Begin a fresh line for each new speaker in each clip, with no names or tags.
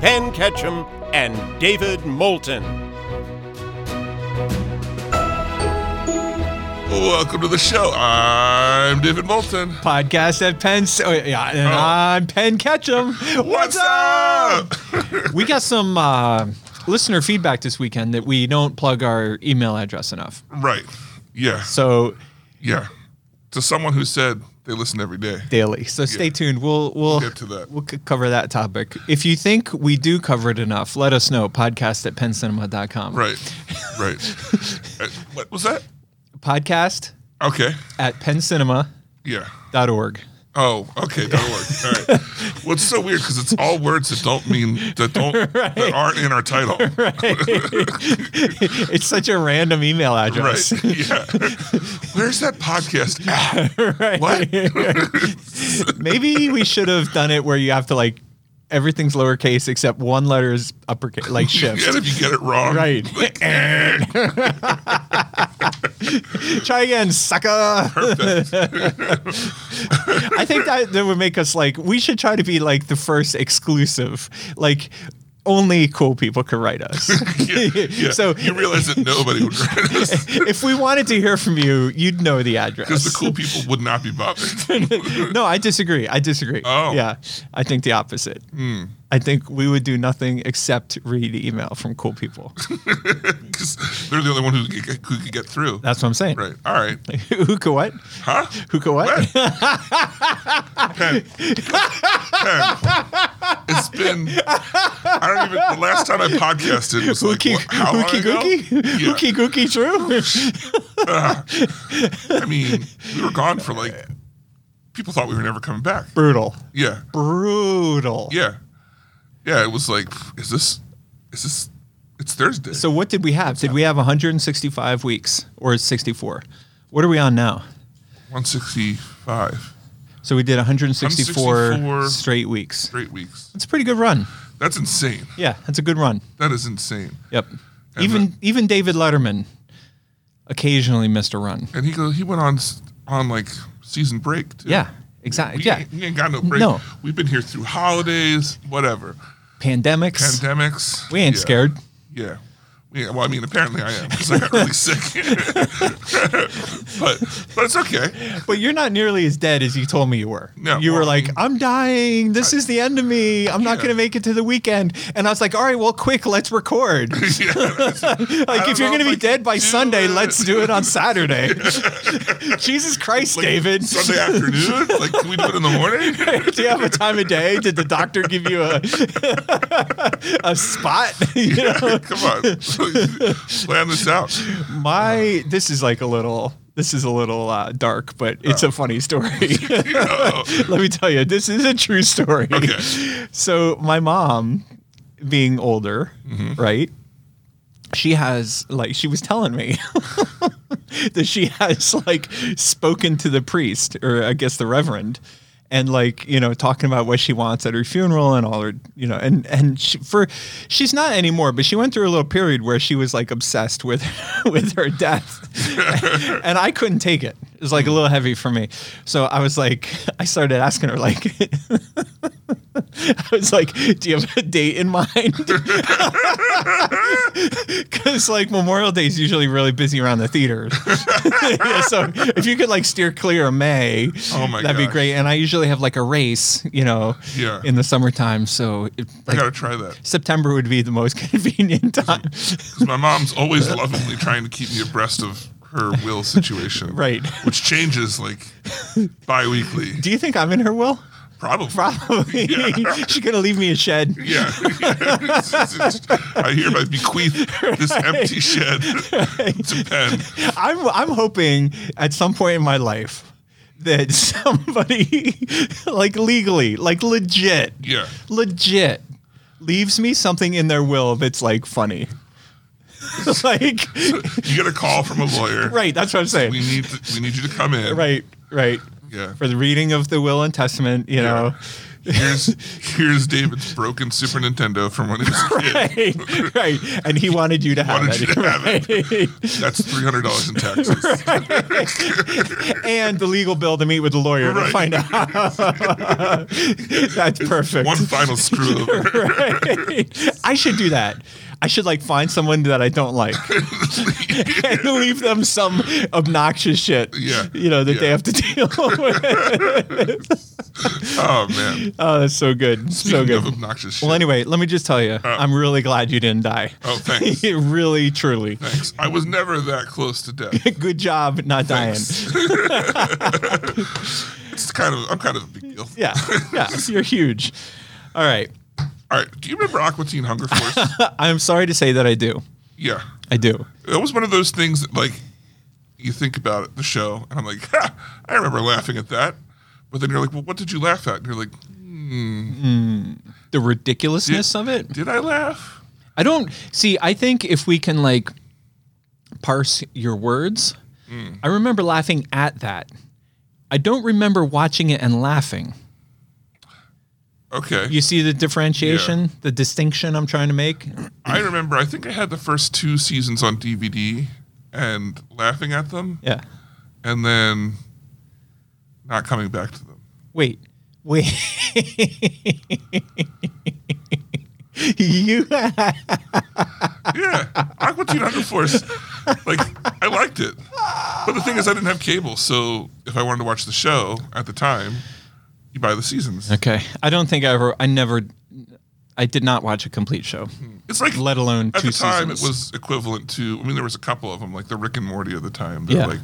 Penn Ketchum and David Moulton.
Welcome to the show. I'm David Moulton.
podcast at Penn. Oh, yeah, and I'm Penn Ketchum.
What's up?
we got some uh, listener feedback this weekend that we don't plug our email address enough.
right. Yeah.
So
Yeah. To someone who said they listen every day.
daily. So stay tuned. We'll we'll
Get to that.
We'll c- cover that topic. If you think we do cover it enough, let us know. Podcast at penncinema.com.
Right. Right. Uh, what was that?
Podcast
Okay.
at penncinema.org.
Yeah. Oh, okay. That'll work. All right. Well, it's so weird because it's all words that don't mean that don't that aren't in our title.
it's such a random email
Right.
address.
Yeah. Where's that podcast? Ah,
Right.
What?
Maybe we should have done it where you have to like everything's lowercase except one letter is uppercase, like
And
shift.
if you get it wrong,
Right.
like, eh,
Try again, sucker. I think that, that would make us like we should try to be like the first exclusive, like only cool people could write us.
yeah, yeah.
So
you realize that nobody would write us
if we wanted to hear from you, you'd know the address.
because the cool people would not be bothered.
no, I disagree. I disagree.
Oh. Hmm.
Yeah. I think the opposite. I think we would do nothing except read email from cool people.
because they're the only one who could get, who could get through.
That's what I'm saying.
right. All right.
Who could what?
Huh?
Who could what?
It's been. I don't even. The last time I podcasted was like
Hookie
what, how long
Hookie
ago?
Gookie?
Yeah.
Hookie Gookie
I
True?
mean, we were gone for like. People thought we were never coming back.
Brutal.
Yeah.
Brutal.
Yeah. Yeah. It was like, is this? Is this? It's Thursday.
So what did we have? Did we have 165 weeks or 64? What are we on now?
165
So we did 164,
164.
straight weeks.
straight weeks.
That's a pretty good run.
That's insane.
Yeah, that's a good run.
That is insane.
Yep.
And
even
the-
even David Letterman occasionally missed a run.
And he go, he went on s- on like season break too.
Yeah,
We,
exactly. Yeah,
ain't, we ain't got no break.
No.
We've been here through holidays, whatever,
pandemics.
pandemics.
we ain't
Yeah.
scared.
Yeah. Yeah, well, I mean, apparently I am because I got really sick, but but it's okay.
But you're not nearly as dead as you told me you were.
No,
you were
well, I
like,
mean-
I'm dying. This is the end of me. I'm not
Yeah.
going to make it to the weekend. And I was like, all right, well, quick, let's record.
Yeah, that's-
like, if
don't know
you're going to
if I
be dead
can
by
do
Sunday,
it.
let's do it on Saturday. Jesus Christ,
like,
David.
Sunday afternoon, like can we do it in the morning?
Do you have a time of day? Did the doctor give you a a spot? You know?
Come on, plan this out.
My this is like a little this is a little uh, dark, but it's a funny story.
Yeah.
Let me tell you, this is a true story.
Okay.
So my mom, being older, right? She has like she was telling me that she has like spoken to the priest or I guess the reverend and like you know talking about what she wants at her funeral and all her you know and and she, for she's not anymore but she went through a little period where she was like obsessed with with her death and I couldn't take it it was like a little heavy for me so I was like I started asking her like I was like do you have a date in mind because like Memorial Day is usually really busy around the theaters. Yeah, so if you could like steer clear of May,
Oh my
that'd be
gosh.
great. And I usually have like a race, you know,
Yeah.
in the summertime. So it,
I
like,
gotta try that.
September would be the most convenient time.
'Cause my mom's always lovingly trying to keep me abreast of her will situation,
Right.
Which changes like bi-weekly,
Do you think I'm in her will?
probably.
Probably.
Yeah.
She's gonna leave me a shed.
Yeah, I hereby bequeath this empty shed to Penn.
I'm I'm hoping at some point in my life that somebody like legally, like legit,
Yeah.
legit leaves me something in their will that's like funny. like
You get a call from a lawyer.
right, that's what I'm saying.
We need to, we need you to come in.
Right, right.
Yeah.
For the reading of the will and testament, you know.
Here's here's David's broken Super Nintendo from when he was a kid.
Right, right. And he wanted you to have
Wanted you
it.
to have
right?
That's three hundred dollars in taxes.
and the legal bill to meet with the lawyer to
Right.
find out. That's perfect.
One final screw over.
Right. I should do that. I should like find someone that I don't like and leave them some obnoxious shit.
Yeah.
You know, that they
Yeah.
have to deal with.
Oh man.
Oh, that's so good. so
Speaking
good.
Of obnoxious
Well,
shit.
anyway, let me just tell you, I'm really glad you didn't die.
Oh, thanks.
really, truly.
Thanks. I was never that close to death.
Good job not dying.
Thanks. it's kind of I'm kind of a big deal.
Yeah, yeah, you're huge. All right. Uh,
All right. Do you remember Aquatine Hunger Force?
I'm sorry to say that I do.
yeah.
I do.
That was one of those things that like you think about it, the show, and I'm like, ha, I remember laughing at that. But then you're like, well, what did you laugh at? And you're like,
The ridiculousness of it.
did I laugh?
I don't see. I think if we can like parse your words, I remember laughing at that. I don't remember watching it and laughing.
Okay.
You see the differentiation, the distinction I'm trying to make.
I remember. I think I had the first two seasons on DVD and laughing at them,
Yeah.
and then not coming back to them.
Wait, wait. you
Yeah, Aqua Teen Hunger Force. Like I liked it, but the thing is, I didn't have cable, so if I wanted to watch the show at the time, you buy the seasons.
okay? I don't think I ever. I never. I did not watch a complete show,
It's like
let alone
at
two
the time
seasons.
it was equivalent to. I mean, there was a couple of them, like the Rick and Morty of the time. They're
Yeah.
like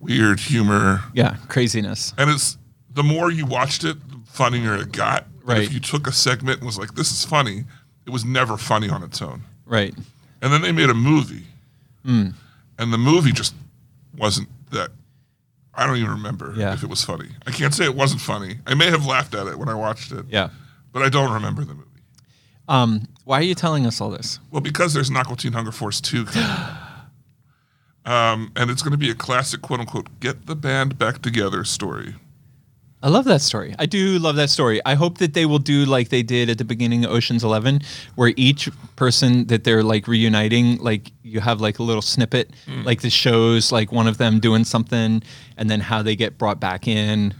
weird humor.
yeah, craziness.
And it's the more you watched it, the funnier it got. And
Right.
If you took a segment and was like, this is funny, it was never funny on its own.
Right.
And then they made a movie.
Hmm.
And the movie just wasn't that. I don't even remember
Yeah.
if it was funny. I can't say it wasn't funny. I may have laughed at it when I watched it,
Yeah.
but I don't remember the movie.
Um. Why are you telling us all this?
Well, because there's an Aqua Teen Hunger Force 2 coming. um, and it's going to be a classic, quote unquote, get the band back together story.
I love that story. I do love that story. I hope that they will do like they did at the beginning of Ocean's 11 where each person that they're like reuniting like you have like a little snippet like the shows like one of them doing something and then how they get brought back in.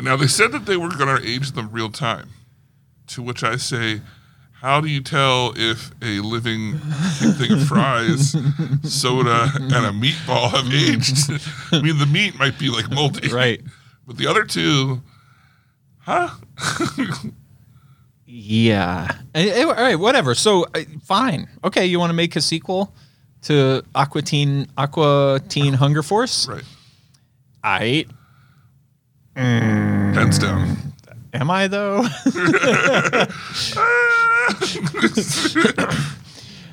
Now they said that they were going to age them real time, to which I say, how do you tell if a living thing of fries, soda, and a meatball have aged? I mean, the meat might be like moldy,
Right.
But the other two, huh?
Yeah. Eh, eh, all right, whatever. So eh, fine. Okay, you want to make a sequel to Aqua Teen Aqua Teen Hunger Force?
right,
I
hands down.
am I though?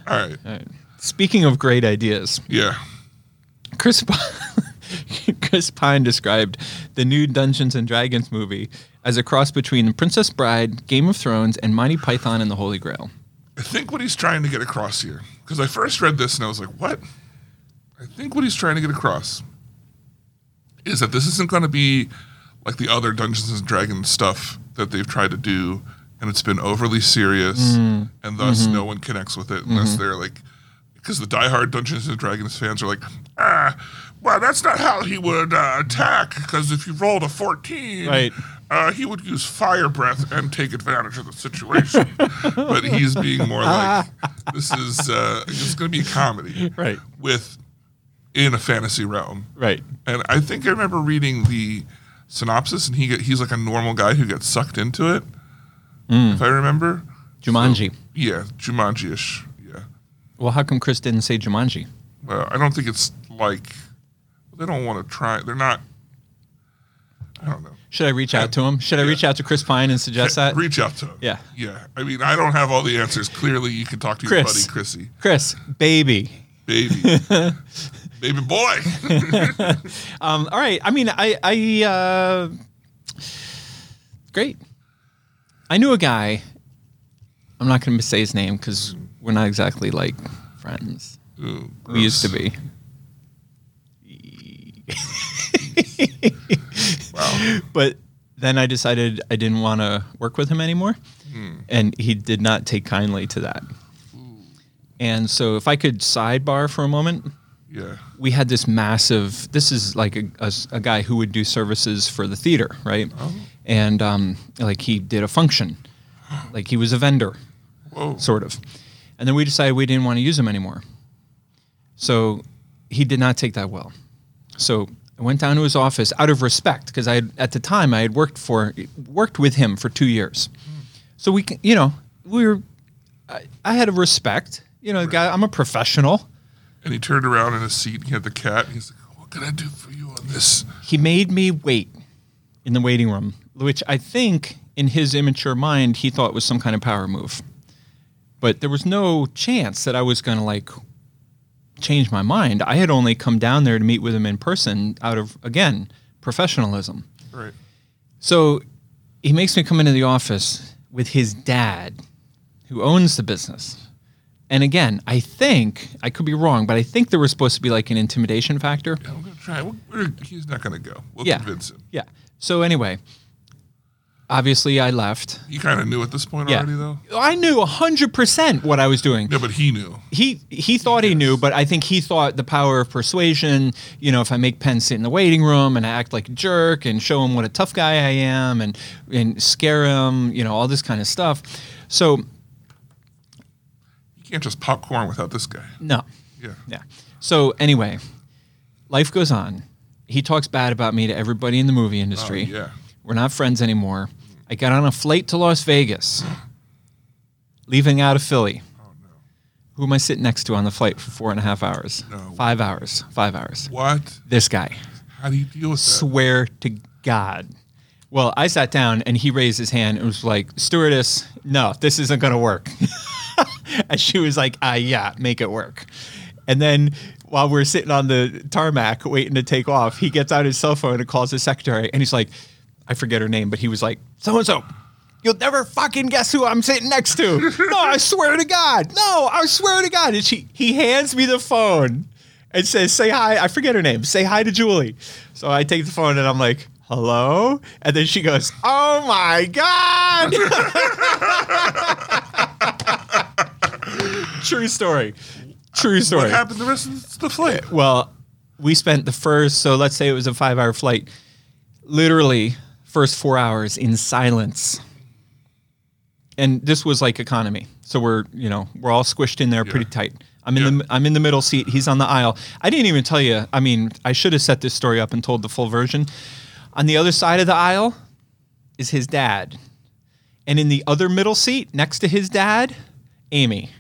All right,
Speaking of great ideas.
yeah.
Chris Pine, Chris Pine described the new Dungeons and Dragons movie as a cross between Princess Bride, Game of Thrones, and Monty Python and the Holy Grail.
I think what he's trying to get across here, because I first read this and I was like, what? I think what he's trying to get across is that this isn't going to be like the other Dungeons and Dragons stuff that they've tried to do, and it's been overly serious, and thus no one connects with it unless they're like, because the diehard Dungeons and Dragons fans are like, ah, well, that's not how he would uh, attack, because if you rolled a 14,
Right.
uh, he would use fire breath and take advantage of the situation. but he's being more like, this is uh, it's going to be a comedy,
Right.
With in a fantasy realm,
Right.
and I think I remember reading the synopsis, and he get, he's like a normal guy who gets sucked into it. If I remember,
Jumanji.
yeah, Jumanji ish. Yeah.
Well, how come Chris didn't say Jumanji?
Well, I don't think it's like they don't want to try. They're not. I don't know.
Should I reach out to him? Should I reach out to Chris Pine and suggest that?
Reach out to him.
Yeah.
Yeah. I mean, I don't have all the answers. Clearly, you can talk to your
Chris.
buddy Chrissy,
Chris, baby.
baby, baby boy.
Um, all right. I mean, I, I, uh, great. I knew a guy I'm not going to say his name because we're not exactly like friends.
Ooh,
We used to
gross.
be.
Wow.
But then I decided I didn't want to work with him anymore. And he did not take kindly to that. And so, if I could sidebar for a moment,
Yeah.
we had this massive. This is like a, a s- a guy who would do services for the theater, right? And um, like he did a function, like he was a vendor,
Whoa.
sort of. And then we decided we didn't want to use him anymore. So he did not take that well. So I went down to his office out of respect because I had, at the time I had worked for worked with him for two years. So we, c- you know, we were. I, I had a respect, you know, the guy. I'm a professional.
And he turned around in his seat and he had the cat. And he's like, What can I do for you on this?
he made me wait in the waiting room, which I think in his immature mind he thought was some kind of power move. But there was no chance that I was going to like change my mind. I had only come down there to meet with him in person out of again professionalism.
Right.
So he makes me come into the office with his dad, who owns the business. And again, I think I could be wrong, but I think there was supposed to be like an intimidation factor.
Yeah, we're going to try. We're, we're, he's not going to go. We'll
Yeah.
convince him.
Yeah. So anyway, obviously I left.
You kind of knew at this point
Yeah.
already, though?
I knew 100% what I was doing.
No, but he knew.
He he thought he knew, but I think he thought the power of persuasion, you know, if I make Penn sit in the waiting room and I act like a jerk and show him what a tough guy I am and and scare him, you know, all this kind of stuff. So,
You can't just popcorn without this guy.
no.
Yeah.
Yeah. So anyway, life goes on. He talks bad about me to everybody in the movie industry.
Oh, yeah.
We're not friends anymore. I got on a flight to Las Vegas, leaving out of Philly.
Oh,
Who am I sitting next to on the flight for four and a half hours?
No.
Five hours. Five hours.
What?
This guy.
How do you deal with that?
Swear to God. Well, I sat down and he raised his hand and was like, Stewardess, no, this isn't going to work. and she was like, ah, yeah, make it work. And then while we're sitting on the tarmac waiting to take off, he gets out his cell phone and calls his secretary. And he's like, I forget her name, but he was like, so and so. You'll never fucking guess who I'm sitting next to. no, I swear to God. No, I swear to God. And she, he hands me the phone and says, say hi. I forget her name. Say hi to Julie. So I take the phone and I'm like, hello? And then she goes, oh my God. True story. True story.
What happened the rest of the flight?
Well, we spent the first, so let's say it was a five hour flight, literally first four hours in silence. And this was like economy. So we're, you know, we're all squished in there pretty tight. I'm in the I'm in the middle seat. He's on the aisle. I didn't even tell you. I mean, I should have set this story up and told the full version. On the other side of the aisle is his dad. And in the other middle seat next to his dad, Amy.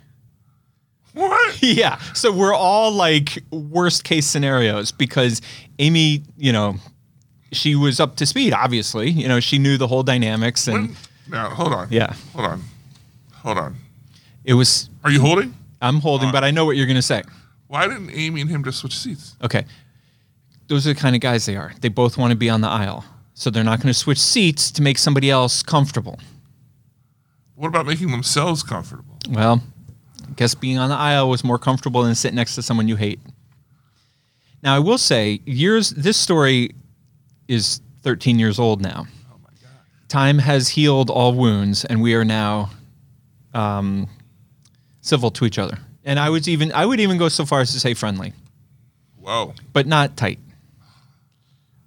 What?
Yeah. So we're all like worst case scenarios because Amy, you know, she was up to speed, obviously. You know, she knew the whole dynamics and
When- Now, hold on.
Yeah.
Hold on. Hold on.
it was,
Are you holding?
I'm holding, but I know what you're going to say.
Why didn't Amy and him just switch seats?
Okay. Those are the kind of guys they are. They both want to be on the aisle. So they're not going to switch seats to make somebody else comfortable.
What about making themselves comfortable?
Well, I guess being on the aisle was more comfortable than sitting next to someone you hate. Now, I will say, years this story is 13 years old now. Time has healed all wounds, and we are now um, civil to each other. And I would even I would even go so far as to say friendly,
Whoa.
but not tight.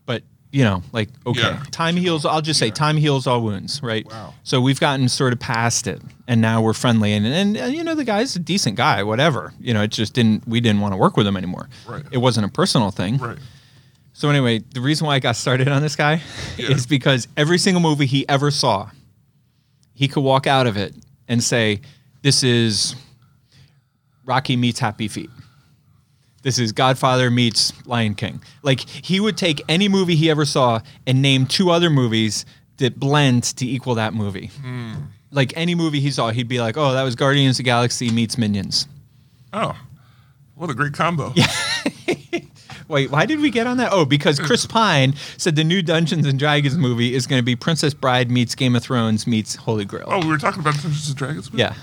But you know, like okay,
Yeah.
time heals. I'll just say time heals all wounds, right?
Wow.
So we've gotten sort of past it, and now we're friendly. And, and and you know, the guy's a decent guy, whatever. You know, it just didn't. We didn't want to work with him anymore.
Right.
It wasn't a personal thing.
Right.
So anyway, the reason why I got started on this guy
Yeah.
is because every single movie he ever saw, he could walk out of it and say, "This is Rocky meets Happy Feet. This is Godfather meets Lion King." Like he would take any movie he ever saw and name two other movies that blend to equal that movie. Like any movie he saw, he'd be like, "Oh, that was Guardians of the Galaxy meets Minions."
Oh. What a great combo.
Wait, why did we get on that? Oh, because Chris
Mm.
Pine said the new Dungeons and Dragons movie is going to be Princess Bride meets Game of Thrones meets Holy Grail.
Oh, we were talking about Dungeons and Dragons.
Yeah.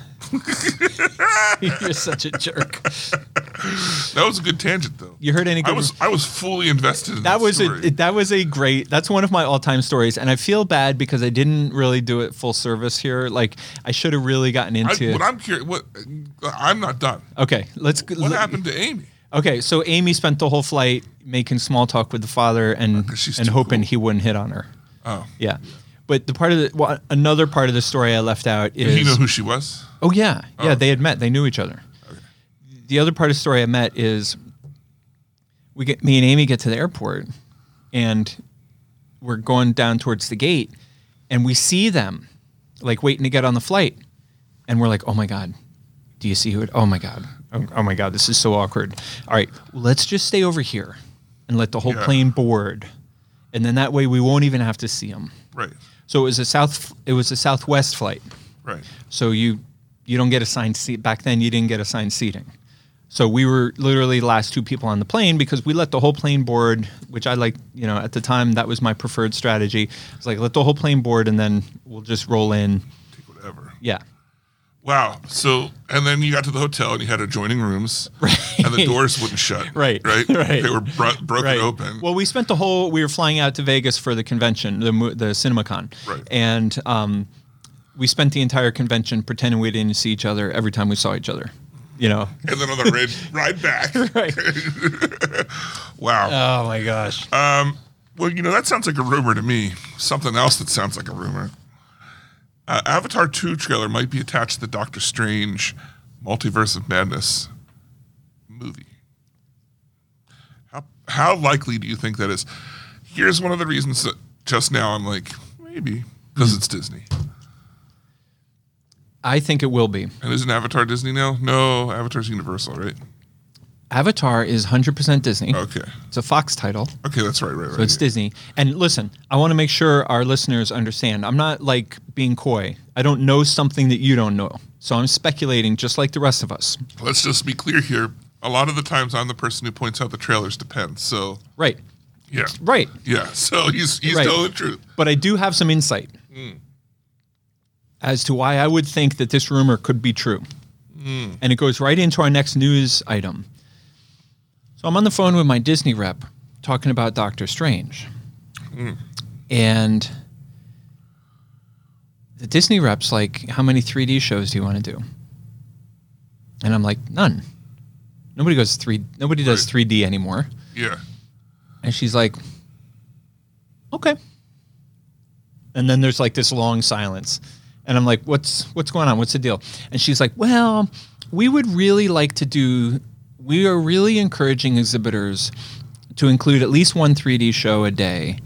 You're such a jerk.
that was a good tangent though.
You heard any
I
good?
was I was fully invested in
that was
story.
a that was a great. That's one of my all time stories, and I feel bad because I didn't really do it full service here. Like I should have really gotten
I,
into.
what I'm curious, what I'm not done.
okay, let's. g-
What
let-
happened to Amy?
Okay, so Amy spent the whole flight making small talk with the father and
'cause she's
and
too
hoping
cool.
he wouldn't hit on her.
Oh,
Yeah. But the part of the well, another part of the story I left out
did he know
is
who she was?
oh yeah yeah they had met they knew each other. The other part of the story I met is we get me and Amy get to the airport and we're going down towards the gate and we see them like waiting to get on the flight and we're like oh my god do you see who it oh my god oh, oh my god this is so awkward all right let's just stay over here and let the whole
Yeah.
plane board and then that way we won't even have to see them
Right,
so it was a south. It was a Southwest flight.
right.
So you you don't get assigned seat back then. You didn't get assigned seating. So we were literally the last two people on the plane because we let the whole plane board, which I like. You know, at the time that was my preferred strategy. I was like, let the whole plane board, and then we'll just roll in.
Take whatever.
Yeah.
Wow. So, and then you got to the hotel and you had adjoining rooms, right. and the doors wouldn't shut.
Right,
right,
right.
They were bro- broken open.
Well, we spent the whole. We were flying out to Vegas for the convention, the mo- the CinemaCon,
Right.
and um, we spent the entire convention pretending we didn't see each other every time we saw each other. You know.
and then on the ride, ride back.
Right.
Wow.
Oh my gosh.
Well, you know, that sounds like a rumor to me. Something else that sounds like a rumor. Uh, Avatar 2 trailer might be attached to the Doctor Strange Multiverse of Madness movie. How, how likely do you think that is? Here's one of the reasons that just now I'm like, maybe, because it's Disney.
I think it will be.
And isn't Avatar Disney now? No, Avatar's Universal, right?
Avatar is 100% Disney.
Okay.
It's a Fox title,
Okay, that's right, right, right.
but it's Disney. And listen, I want to make sure our listeners understand. I'm not like being coy. I don't know something that you don't know. So I'm speculating just like the rest of us.
Let's just be clear here. A lot of the times I'm the person who points out the trailers to Penn. So,
Right.
yeah.
Right.
Yeah, so he's he's
Right.
telling the truth.
But I do have some insight as to why I would think that this rumor could be true. And it goes right into our next news item. So I'm on the phone with my Disney rep talking about Doctor Strange. And the Disney rep's like, How many 3D shows do you want to do? And I'm like, None. Nobody goes three. Nobody does
Right.
3D anymore.
Yeah,
And she's like, "Okay." And then there's like this long silence, and I'm like, "What's what's going on? What's the deal?" And she's like, "Well, we would really like to do. We are really encouraging exhibitors to include at least one 3D show a day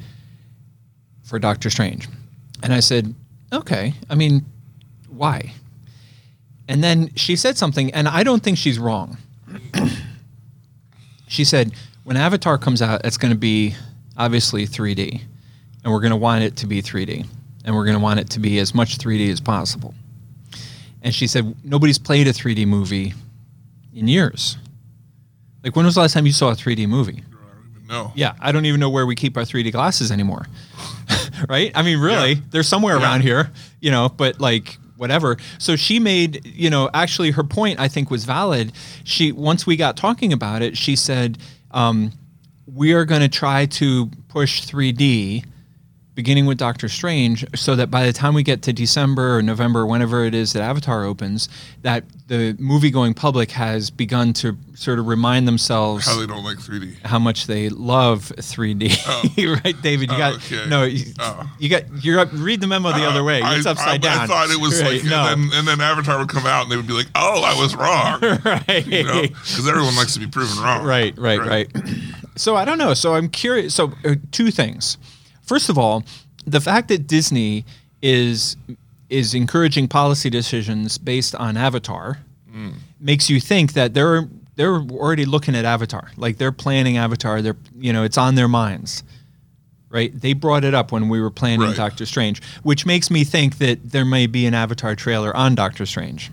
for Doctor Strange." And I said, "Okay. I mean, why?" And then she said something, and I don't think she's wrong. She said, when Avatar comes out, it's going to be obviously 3D, and we're going to want it to be 3D, and we're going to want it to be as much 3D as possible. And she said, nobody's played a 3D movie in years. Like, when was the last time you saw a 3D movie?
no.
Yeah, I don't even know where we keep our 3D glasses anymore. right? I mean, really,
Yeah.
they're somewhere
Yeah.
around here, you know, but like whatever. So she made, you know, actually her point I think was valid. She once we got talking about it, she said, um, we are going to try to push 3D beginning with Doctor Strange so that by the time we get to December or November whenever it is that Avatar opens that the movie going public has begun to sort of remind themselves
How they don't like 3D.
how much they love 3D, right, David? You got
Oh. okay.
no, you,
Oh.
you got you're up. Read the memo the other way.
I-
It's upside
I,
down.
I thought it was
Right,
like, and, then, and then Avatar would come out and they would be like, oh, I was wrong.
no, right,
You know, because everyone likes to be proven wrong.
right, right, right. So I don't know. So I'm curious. So uh, two things. First of all, the fact that Disney is is encouraging policy decisions based on Avatar makes you think that they're they're already looking at Avatar. Like they're planning Avatar. They're you know it's on their minds. Right? They brought it up when we were planning
Right.
Doctor Strange, which makes me think that there may be an Avatar trailer on Doctor Strange.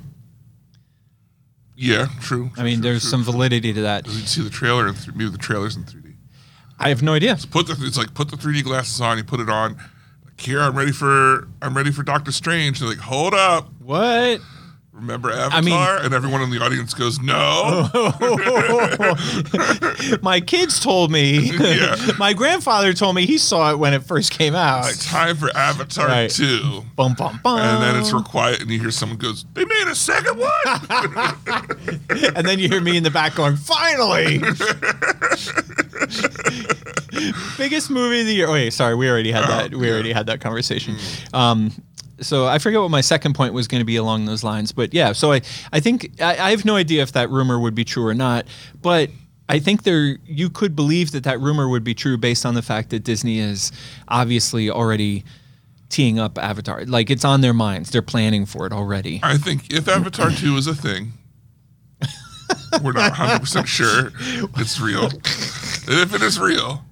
Yeah, true.
I mean, there's some validity to that.
You see the trailer, and th- maybe the trailer's in 3D.
I have no idea.
Put the it's like put the 3D glasses on. You put it on. Like, Here, I'm ready for I'm ready for Doctor Strange. They're like, hold up.
What?
Remember
mean-
Avatar? and everyone in the audience goes, no.
My kids told me.
Yeah.
My grandfather told me he saw it when it first came out.
Like, time for Avatar
Right.
2.
Bum bum bum.
And then it's real quiet, and you hear someone goes, they made a second one.
and then you hear me in the back going, "Finally!" Biggest movie of the year. Wait, sorry, we already had that. We already had that conversation. Um, so I forget what my second point was going to be along those lines, but yeah. So I, I think I, I have no idea if that rumor would be true or not, but. I think there you could believe that that rumor would be true based on the fact that Disney is obviously already teeing up Avatar. Like it's on their minds. They're planning for it already.
I think if Avatar 2 is a thing, we're not 100% sure it's real. And if it is real,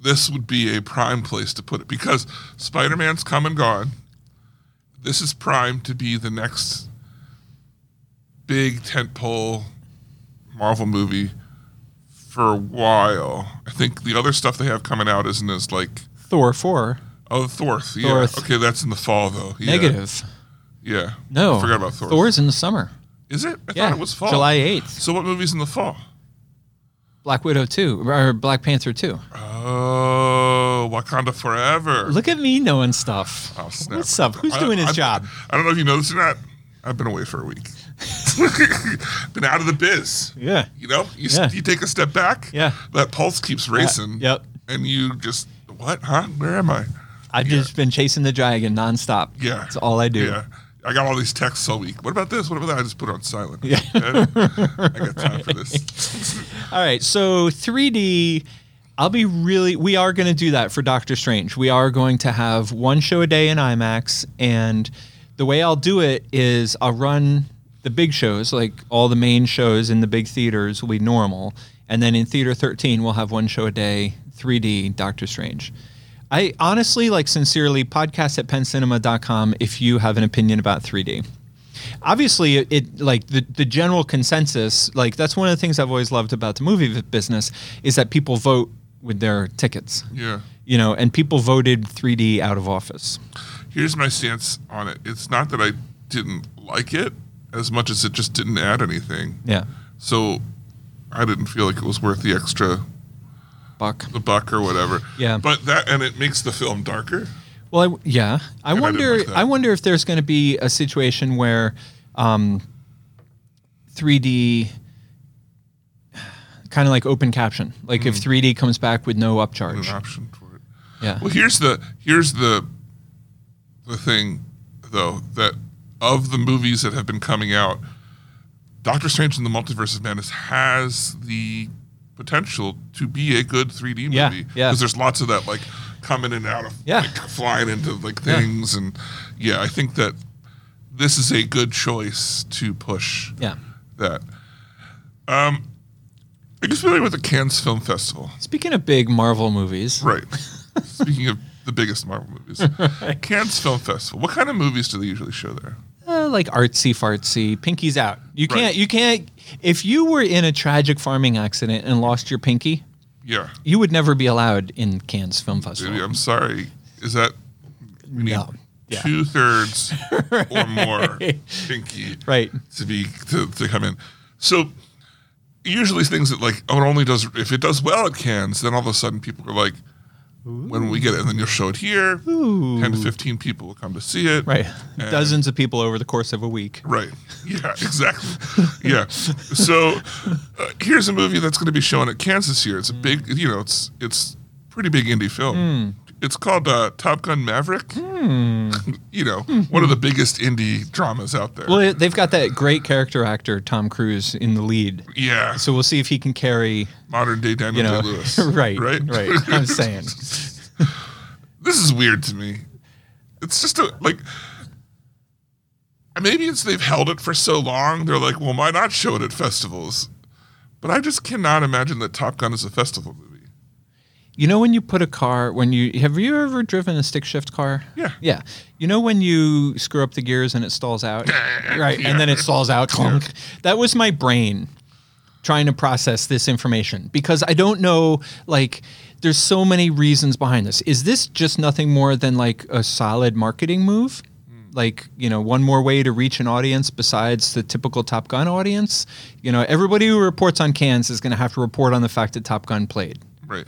this would be a prime place to put it because Spider Man's come and gone. This is prime to be the next big tentpole Marvel movie for a while. I think the other stuff they have coming out isn't as like.
Thor 4
Oh, Thor. Yeah.
Thorth.
Okay, that's in the fall though. Yeah.
negative.
Yeah.
No.
I forgot about Thor.
Thor's in the summer.
Is it? I
Yeah.
thought it was fall.
July 8th.
So what movies in the fall?
Black Widow 2 or Black Panther 2.
Oh, Wakanda Forever.
Look at me knowing stuff.
Oh, snap.
What's up? Who's
I-
doing his
I-
job?
I don't know if you noticed or not. I've been away for a week. been out of the biz.
Yeah.
You know, you, s
Yeah.
you take a step back.
Yeah.
That pulse keeps racing.
yep.
And you just what? Huh? Where am I?
I've just been chasing the dragon nonstop.
Yeah.
That's all I do.
Yeah. I got all these texts all week. What about this? What about that? I just put it on silent.
Yeah.
I got time for this.
All right. So 3D. I'll be really. We are going to do that for Doctor Strange. We are going to have one show a day in IMAX, and the way I'll do it is I'll run the big shows, like all the main shows in the big theaters, will be normal, and then in theater 13 we'll have one show a day, 3D Doctor Strange. I honestly, like, sincerely, podcast at pencinema.com if you have an opinion about 3D obviously it, it like the, the general consensus like that's one of the things i've always loved about the movie v- business is that people vote with their tickets
yeah.
you know and people voted 3d out of office
Here's my stance on it. It's not that I didn't like it as much as it just didn't add anything.
yeah
So I didn't feel like it was worth the extra
buck
the buck or whatever.
Yeah.
But that and it makes the film darker.
well I, yeah i
didn't
wonder
like that.
I, wonder if there's going to be a situation where um 3d kind of like open caption like if 3d comes back with no
An
upcharge
option for it.
yeah
Well, here's the here's the the thing though that of the movies that have been coming out, Doctor Strange and the Multiverse of Madness has the potential to be a good 3D movie
Yeah, yeah.
there's lots of that like coming in and out of
Yeah.
like flying into like things and yeah, I think that this is a good choice to push
yeah
that. Um, I guess we're with the Cannes Film Festival.
speaking of big marvel movies
Right. Speaking of the biggest Marvel movies, Cannes Film Festival. What kind of movies do they usually show there?
uh, like artsy fartsy pinkies out you
Right.
can't you can't if you were in a tragic farming accident and lost your pinky
Yeah.
you would never be allowed in Cannes Film
Dude,
Festival.
I'm sorry. Is that
No. Yeah.
two thirds or more pinky
Right.
to be to, to come in? So usually things that like oh it only does if it does well at Cannes, then all of a sudden people are like when we get it, and then you'll show it here. Ten to fifteen people will come to see it.
Right.
And-
Dozens of people over the course of a week.
Right. Yeah, exactly. yeah. So uh, here's a movie that's going to be showing at Kansas here. It's a big, you know, it's it's pretty big indie film.
Hmm.
It's called uh, Top Gun Maverick. you know, one of the biggest indie dramas out there.
Hmm. Well, they've got that great character actor Tom Cruise in the lead.
yeah.
So we'll see if he can carry,
Modern day Daniel
you know,
Day-Lewis.
right,
Right.
right. I'm saying,
this is weird to me. It's just a like maybe it's they've held it for so long. They're like, well, why not show it at festivals? But I just cannot imagine that Top Gun is a festival movie.
you know, when you put a car, when you have you ever driven a stick shift car?
Yeah.
yeah. You know, when you screw up the gears and it stalls out, right, and then it stalls out. Clunk. That was my brain trying to process this information because I don't know like there's so many reasons behind this. Is this just nothing more than like a solid marketing move? Like, you know, one more way to reach an audience besides the typical Top Gun audience. You know, everybody who reports on cans is going to have to report on the fact that Top Gun played.
Right.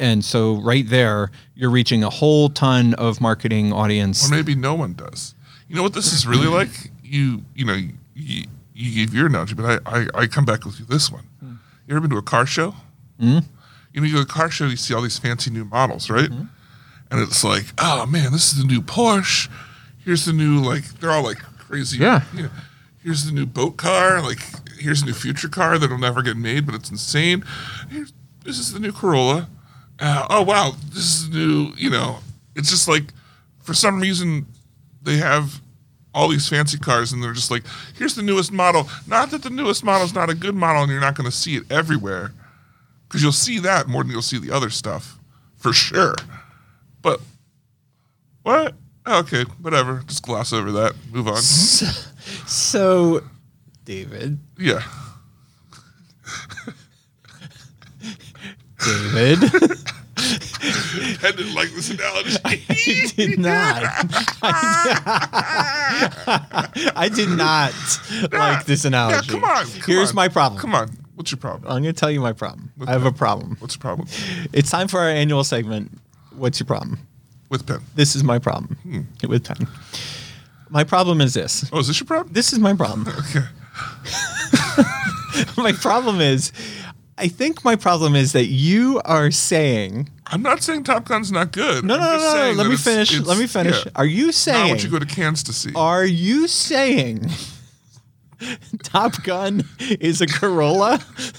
And so right there, you're reaching a whole ton of marketing audience.
Or maybe no one does. You know what this is really like? You you know you, you gave your analogy, but I, I I come back with you this one. You ever been to a car show? You know, you go to a car show, you see all these fancy new models, right? And it's like, oh man, this is the new Porsche. Here's the new like they're all like crazy.
Yeah.
you know, here's the new boat car. Like here's a new future car that'll never get made, but it's insane. Here's, this is the new Corolla. Uh, oh wow, this is the new. You know, it's just like for some reason they have all these fancy cars and they're just like here's the newest model not that the newest model is not a good model and you're not going to see it everywhere because you'll see that more than you'll see the other stuff for sure but what okay whatever just gloss over that move on
So, David,
yeah
David.
i didn't like this analogy
I did not. I, I did not like this
yeah
analogy.
come on come
Here's
on.
my problem.
come on what's your problem
I'm going to tell you my problem. I have a problem.
what's your problem
It's time for our annual segment. What's your problem?
with pen
This is my problem
Hmm.
with pen. My problem is this.
oh is this your problem
This is my problem.
okay
my problem is, I think my problem is that you are saying
i'm not saying top gun's not good
no,
I'm
no,
just
no, no,
saying
no. Let
that
me
it's-
finish.
it's-
Let me finish.
yeah.
Are you
Not
saying?
what you go to Cannes to see.
Are you saying Top Gun is a Corolla?
well,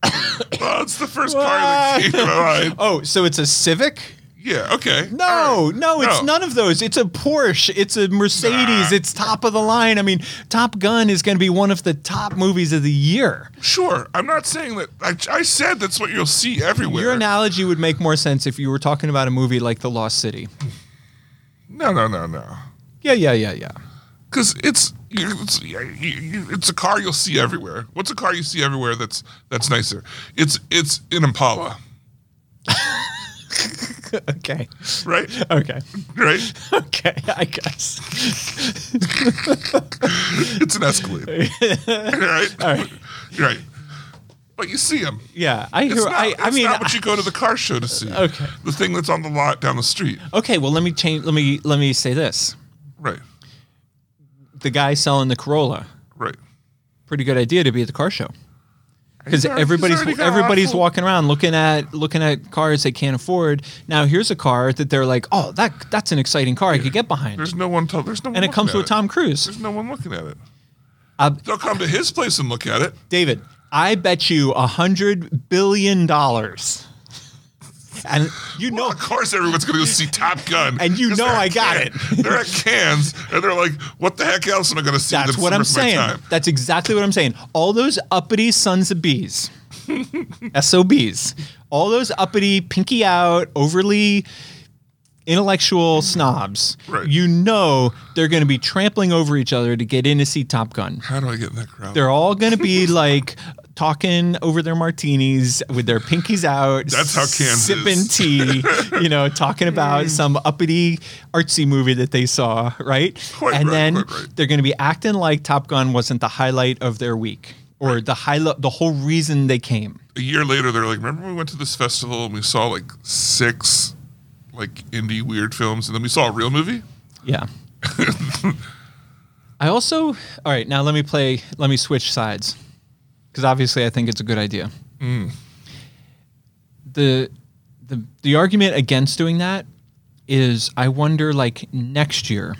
Oh, it's the first car that came to my mind.
Oh, so it's a Civic?
Yeah, okay. All
No,
right.
no, it's
No.
none of those. It's a Porsche. It's a Mercedes.
Nah.
It's top of the line. I mean, Top Gun is going to be one of the top movies of the year.
Sure, I'm not saying that. I, I said that's what you'll see everywhere.
Your analogy would make more sense if you were talking about a movie like The Lost City.
no, no, no, no.
Yeah, yeah, yeah, yeah.
Because it's you- it's you- you- it's a car you'll see everywhere. What's a car you see everywhere that's that's nicer? It's it's an Impala,
Okay.
right?
Okay.
right?
Okay, I guess.
It's an Escalade, right? Right. But you see them.
Yeah, I hear
It's not,
I I
it's
mean
not what you go to the car show to see.
Okay.
The thing that's on the lot down the street.
Okay, well let me change let me let me say this.
Right.
the guy selling the Corolla.
Right.
Pretty good idea to be at the car show because
He's already-
everybody's
he's already got a lot of
everybody's
full-
walking around looking at looking at cars they can't afford. Now here's a car that they're like, oh, that that's an exciting car I could get behind,
There's no one. To, there's no. One
and it
looking
comes
at
with Tom Cruise.
There's no one looking at it.
Uh,
They'll come to his place and look at it.
David, I bet you a hundred billion dollars, and you know.
Well, of course, everyone's going to go see Top Gun.
And you
'Cause
know
they're
I
at
got
Cannes. They're at Cannes, and they're like, "What the heck else am I going to see?"
That's
that's
what I'm
worth my
saying.
time?"
That's exactly what I'm saying. All those uppity sons of bees, SOBs, all those uppity, pinky out, overly intellectual snobs,
Mm-hmm. Right.
you know they're going to be trampling over each other to get in to see Top Gun.
How do I get in that crowd?
They're all going to be like talking over their martinis with their pinkies out.
That's how Kansas
Sipping
is. Mm.
tea, you know, talking about some uppity artsy movie that they saw, right?
Quite
and
right,
then
quite right.
they're going to be acting like Top Gun wasn't the highlight of their week or the highlight, the whole reason they came.
a year later, they're like, "Remember, we went to this festival and we saw like six like indie weird films, and then we saw a real movie."
Yeah. I also, all right, now let me play, let me switch sides. Because obviously I think it's a good idea.
Mm.
The, the, the argument against doing that is I wonder, like, next year.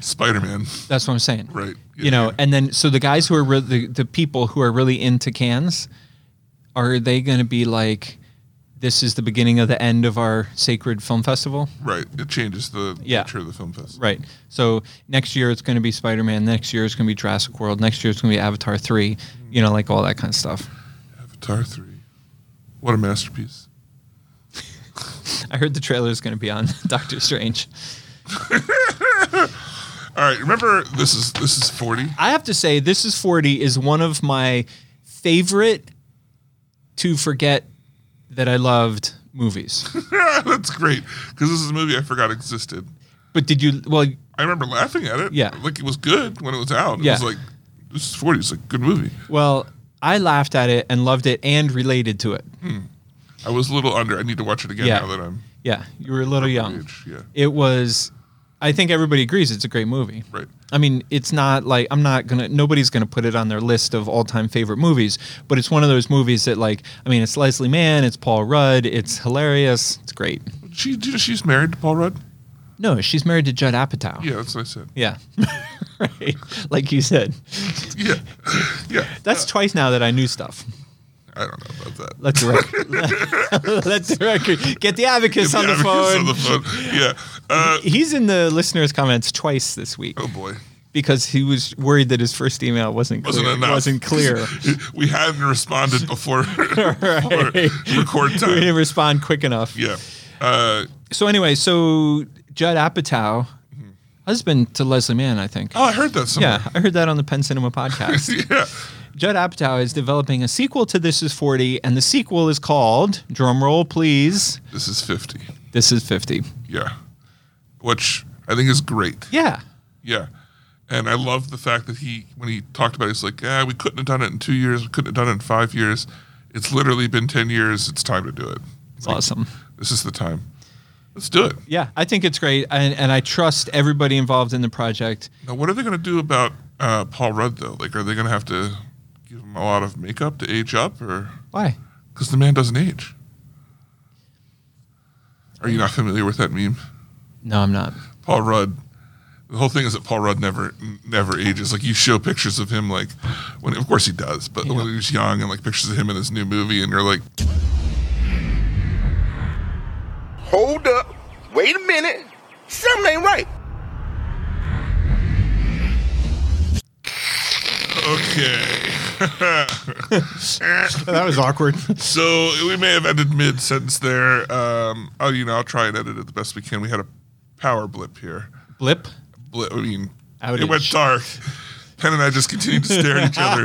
Spider Man,
That's what I'm saying.
Right.
you know,
Yeah.
and then, so the guys who are, re- the, the people who are really into cans, are they going to be like, this is the beginning of the end of our sacred film festival?
right? It changes the
Yeah.
nature of the film fest.
Right. So next year it's going to be Spider Man. Next year it's going to be Jurassic World. Next year it's going to be Avatar 3, you know, like all that kind of stuff.
Avatar three, what a masterpiece!
I heard the trailer is going to be on Doctor Strange.
All right, remember this is this is forty.
I have to say, This Is 40 is one of my favorite to forget that I loved movies.
That's great because this is a movie I forgot existed.
but did you, well,
I remember laughing at it.
Yeah.
like it was good when it was out. It
Yeah.
was like this is forty. It's a good movie.
well, I laughed at it and loved it and related to it.
I was a little under. I need to watch it again
Yeah.
now that I'm
Yeah, you were a little young.
age. Yeah,
It was, I think everybody agrees it's a great movie.
right.
I mean, it's not like I'm not gonna. Nobody's gonna put it on their list of all-time favorite movies, but it's one of those movies that, like, I mean, it's Leslie Mann, it's Paul Rudd, it's hilarious, it's great.
She do you know she's married to Paul Rudd.
No, she's married to Judd Apatow.
Yeah, that's what I said.
Yeah. right. Like you said,
Yeah, yeah.
that's twice now that I knew stuff.
I don't know about that.
Let the record. Let the record. Get the abacus on the
Yeah, I mean,
phone.
it's on the phone. Yeah. Uh,
He's in the listeners' comments twice this week
oh boy.
because he was worried that his first email wasn't clear.
Wasn't enough.
Wasn't clear.
we hadn't responded before, before record
We didn't
time.
respond quick enough.
Yeah. Uh,
So anyway, so Judd Apatow, husband to Leslie Mann, I think.
oh, I heard that somewhere.
Yeah, I heard that on the Penn Cinema podcast.
Yeah.
Judd Apatow is developing a sequel to This Is 40, and the sequel is called, drum roll please,
This is 50.
This Is 50.
Yeah. Which I think is great.
Yeah.
Yeah. And I love the fact that he, when he talked about it, he's like, yeah, we couldn't have done it in two years. We couldn't have done it in five years. It's literally been 10 years. It's time to do it.
It's awesome.
This is the time. Let's do it.
Yeah, I think it's great, and, and I trust everybody involved in the project.
Now, what are they going to do about uh, Paul Rudd, though? Like, are they going to have to give him a lot of makeup to age up or?
Why?
Because the man doesn't age. Are you not familiar with that meme?
No, I'm not.
Paul Rudd. The whole thing is that Paul Rudd never never ages. Like you show pictures of him, like when of course he does, but when he was young, and like pictures of him in his new movie, and you're like,
Hold up. Wait a minute. Something ain't right.
okay.
That was awkward.
So we may have ended mid sentence there. Um, oh, you know, I'll try and edit it the best we can. We had a power blip here.
Blip.
Bli- I mean, it
Outage.
went dark. Penn and I just continued to stare at each other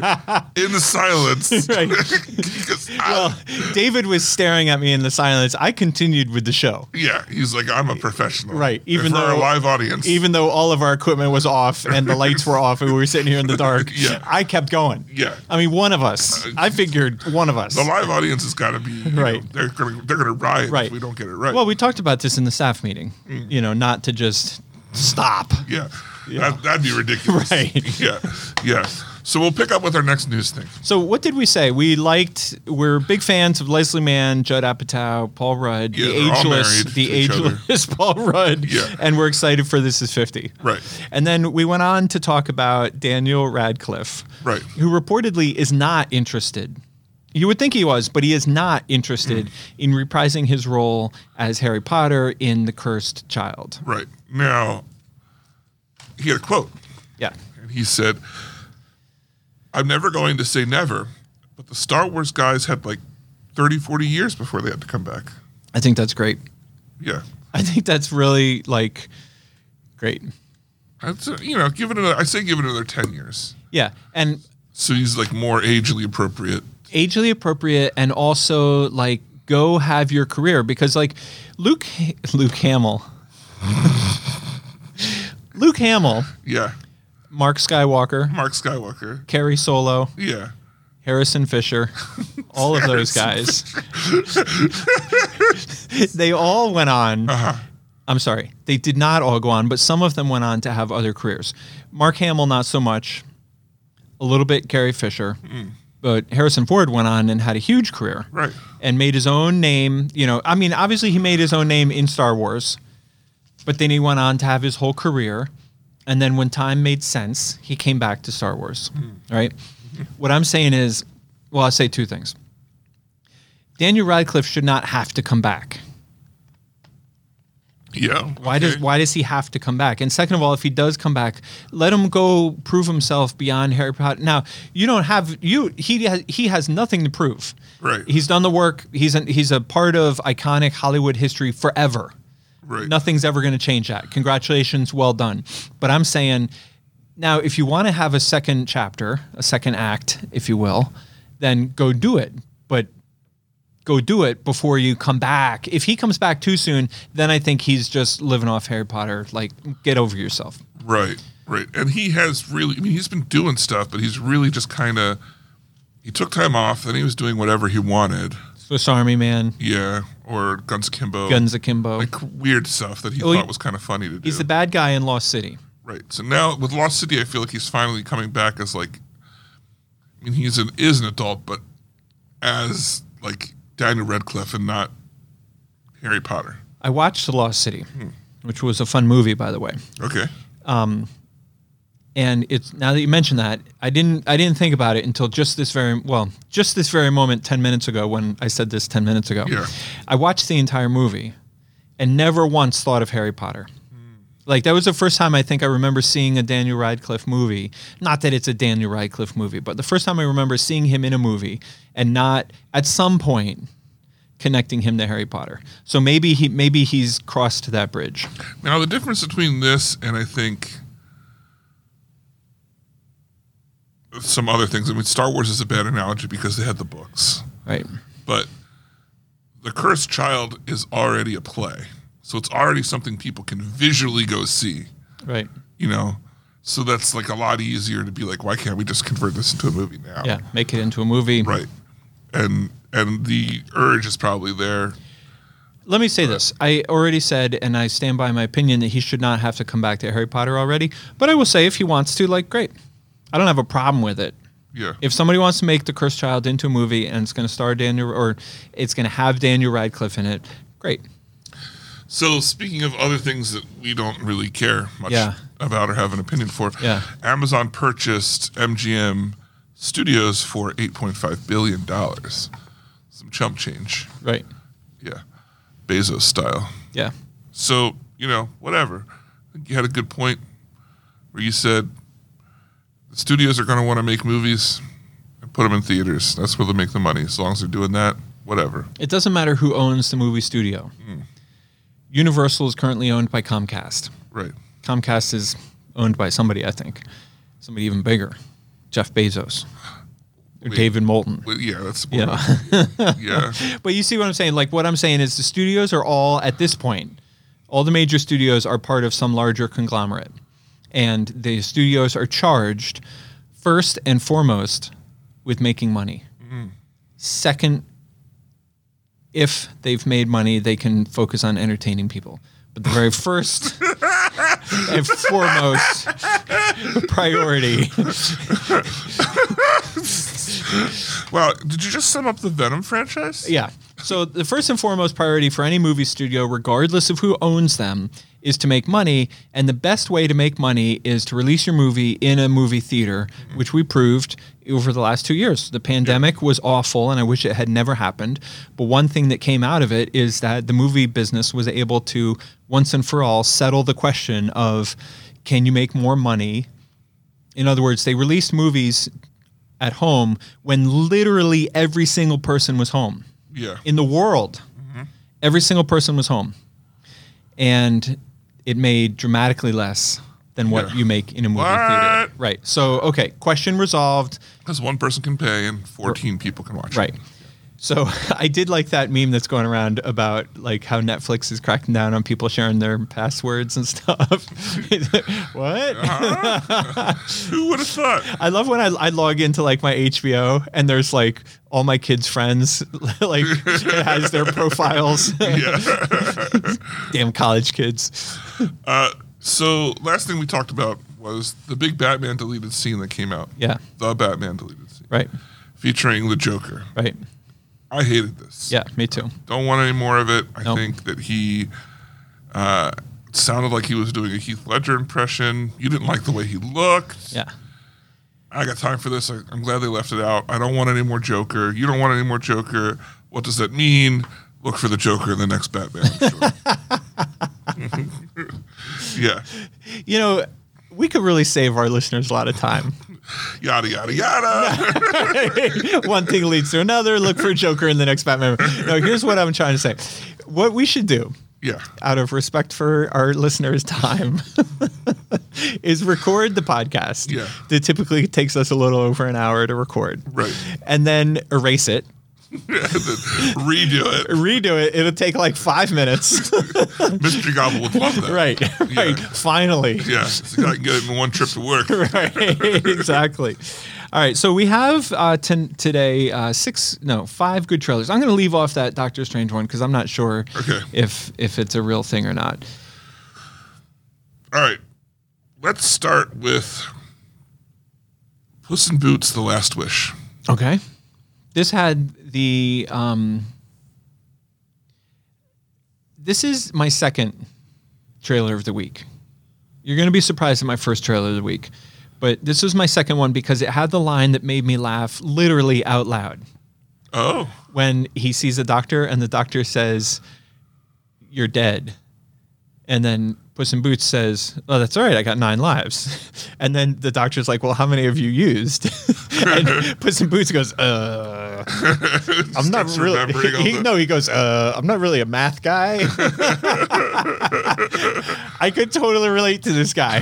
in the silence.
Right.
'Cause I-
Well, David was staring at me in the silence. I continued with the show.
yeah, he's like, I'm a professional.
Right, even
and for our
though-
live audience.
Even though all of our equipment was off and the lights were off and we were sitting here in the dark,
Yeah.
I kept going.
Yeah. Uh,
I mean, one of us. I figured one of us.
the live audience has got to be you know,
Right.
they're gonna they're gonna riot if
Right.
we don't get it right. Mm.
Well, we talked about this in the staff meeting, you know, not to just stop.
yeah, That, that'd be ridiculous.
Right.
Yeah, yeah. So we'll pick up with our next news thing.
So, what did we say? We liked, we're big fans of Leslie Mann, Judd Apatow, Paul Rudd,
Yeah,
the
they're all
ageless,
married
the
to each other.
ageless Paul Rudd.
Yeah.
And we're excited for This Is 50.
Right.
And then we went on to talk about Daniel Radcliffe,
Right.
who reportedly is not interested. You would think he was, but he is not interested in reprising his role as Harry Potter in The Cursed Child.
Right now, he had a quote,
Yeah.
and he said, "I'm never going to say never, but the Star Wars guys had like 30, 40 years before they had to come back."
I think that's great.
Yeah,
I think that's really like great.
That's, uh, you know, give it another. I say give it another ten years.
Yeah. And
So he's like more agely appropriate.
agely appropriate and also like go have your career because like Luke Luke Hamill Luke Hamill,
Yeah,
Mark Skywalker,
Mark Skywalker.
Carrie Solo,
Yeah.
Harrison Fisher, all of those guys. they all went on. I'm sorry, they did not all go on, but some of them went on to have other careers. Mark Hamill, not so much. A little bit Carrie Fisher, but Harrison Ford went on and had a huge career,
Right.
And made his own name. You know, I mean, obviously he made his own name in Star Wars, but then he went on to have his whole career. And then when time made sense, he came back to Star Wars, right? What I'm saying is, well, I'll say two things. Daniel Radcliffe should not have to come back.
Yeah.
Why does why does he have to come back? And second of all, if he does come back, let him go prove himself beyond Harry Potter. Now you don't have you he has, he has nothing to prove.
Right.
He's done the work. He's an, he's a part of iconic Hollywood history forever.
Right.
Nothing's ever going to change that. Congratulations, well done. But I'm saying now, if you want to have a second chapter, a second act, if you will, then go do it. But go do it before you come back. If he comes back too soon, then I think he's just living off Harry Potter. Like, get over yourself.
Right, right. And he has really, I mean, he's been doing stuff, but he's really just kind of, he took time off and he was doing whatever he wanted.
Swiss Army Man,
Yeah. Or Guns Akimbo.
Guns Akimbo.
Like weird stuff that he
Well, he-
thought was kind of funny to do.
He's the bad guy in Lost City.
right. So now with Lost City, I feel like he's finally coming back as like, I mean, he's an, is an adult, but as like Daniel Radcliffe and not Harry Potter.
I watched The Lost City, which was a fun movie, by the way.
Okay.
And it's now that you mention that, I didn't I didn't think about it until just this very well, just this very moment 10 minutes ago when I said this 10 minutes ago.
Yeah.
I watched the entire movie and never once thought of Harry Potter. Like that was the first time I think I remember seeing a Daniel Radcliffe movie. Not that it's a Daniel Radcliffe movie, but the first time I remember seeing him in a movie and not at some point connecting him to Harry Potter. So maybe he maybe he's crossed that bridge.
Now the difference between this and I think some other things. I mean, Star Wars is a bad analogy because they had the books,
Right.
but the Cursed Child is already a play, so it's already something people can visually go see.
Right.
You know, so that's like a lot easier to be like, why can't we just convert this into a movie now?
Yeah, make it into a movie.
right. And and the urge is probably there.
Let me say this. I already said and I stand by my opinion that he should not have to come back to Harry Potter already, but I will say if he wants to like great. I don't have a problem with it.
Yeah.
If somebody wants to make The Cursed Child into a movie and it's going to star Daniel or it's going to have Daniel Radcliffe in it, great.
So speaking of other things that we don't really care much
Yeah.
about or have an opinion for,
Yeah.
Amazon purchased MGM Studios for eight point five billion dollars. Some chump change,
Right.
yeah, Bezos style.
Yeah.
So you know, whatever. I think you had a good point where you said the studios are going to want to make movies and put them in theaters. That's where they make the money. As long as they're doing that, whatever.
It doesn't matter who owns the movie studio. Universal is currently owned by Comcast.
Right.
Comcast is owned by somebody, I think. Somebody even bigger. Jeff Bezos. Or
Wait.
David Moulton.
Well, yeah, that's
Yeah.
yeah.
But you see what I'm saying? Like what I'm saying is the studios are all at this point, all the major studios are part of some larger conglomerate. And the studios are charged first and foremost with making money. Second, if they've made money, they can focus on entertaining people. But the very first and foremost priority
Wow, did you just sum up the Venom franchise?
Yeah. So the first and foremost priority for any movie studio, regardless of who owns them, is to make money. And the best way to make money is to release your movie in a movie theater, which we proved over the last two years. The pandemic was awful, and I wish it had never happened. But one thing that came out of it is that the movie business was able to once and for all settle the question of can you make more money? In other words, they released movies at home when literally every single person was home
Yeah.
in the world.
Mm-hmm.
Every single person was home. And it made dramatically less than what
Yeah.
you make in a movie
What?
theater. Right. So, okay, question resolved.
Because one person can pay and 14 people can watch. it.
Right. So, I did like that meme that's going around about like how Netflix is cracking down on people sharing their passwords and stuff. what?
Uh-huh. Who would have thought?
I love when I, I log into like my HBO and there's like all my kids' friends, like it has their profiles. Damn college kids.
So, last thing we talked about was the big Batman deleted scene that came out.
Yeah.
The Batman deleted scene.
Right.
Featuring the Joker.
Right.
I hated this.
Yeah. Me too.
Don't want any more of it. I
No.
think that he uh, sounded like he was doing a Heath Ledger impression. You didn't like the way he looked.
Yeah.
I got time for this. I, I'm glad they left it out. I don't want any more Joker. You don't want any more Joker. What does that mean? Look for the Joker in the next Batman. sure. yeah.
You know, we could really save our listeners a lot of time.
Yada, yada, yada.
One thing leads to another. Look for Joker in the next Batman. No, here's what I'm trying to say. What we should do
Yeah.
out of respect for our listeners' time, is record the podcast.
Yeah.
That typically takes us a little over an hour to record.
Right.
And then erase it,
Redo it.
redo it. It'll take like five minutes.
Mr. Gobble would love that.
right. Right. Finally.
Yeah. It's like I can get it in one trip to work.
right exactly all right so we have uh, ten today uh, six no five good trailers i'm going to leave off that doctor strange one because i'm not sure
Okay.
if if it's a real thing or not
All right. Let's start with Puss in Boots The Last Wish.
okay this had the um this is my second trailer of the week you're going to be surprised at my first trailer of the week but this was my second one because it had the line that made me laugh literally out loud
Oh.
when he sees a doctor and the doctor says, "You're dead," and then Puss in Boots says, "Oh, that's all right. I got nine lives." And then the doctor's like, "Well, how many have you used?" and Puss in Boots goes, "Uh, I'm not
Starts
really."
remembering all
he-
the-
no, he goes, "Uh, I'm not really a math guy." I could totally relate to this guy.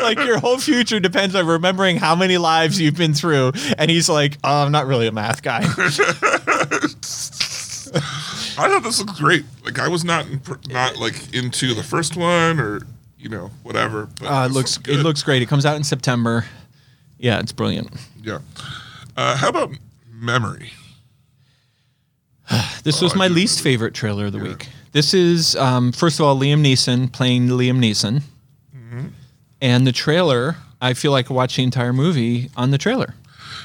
like your whole future depends on remembering how many lives you've been through, and he's like, "Oh, I'm not really a math guy."
I thought this looked great. Like I was not in, not like into the first one or you know whatever. But
Uh, it
this
looks
looked
it looks great. It comes out in September. Yeah, it's brilliant.
yeah. Uh, how about memory?
This was
Oh, I
my
do
least favorite trailer of the week. This is um, first of all Liam Neeson playing Liam Neeson,
Mm-hmm.
and the trailer. I feel like I watched the entire movie on the trailer.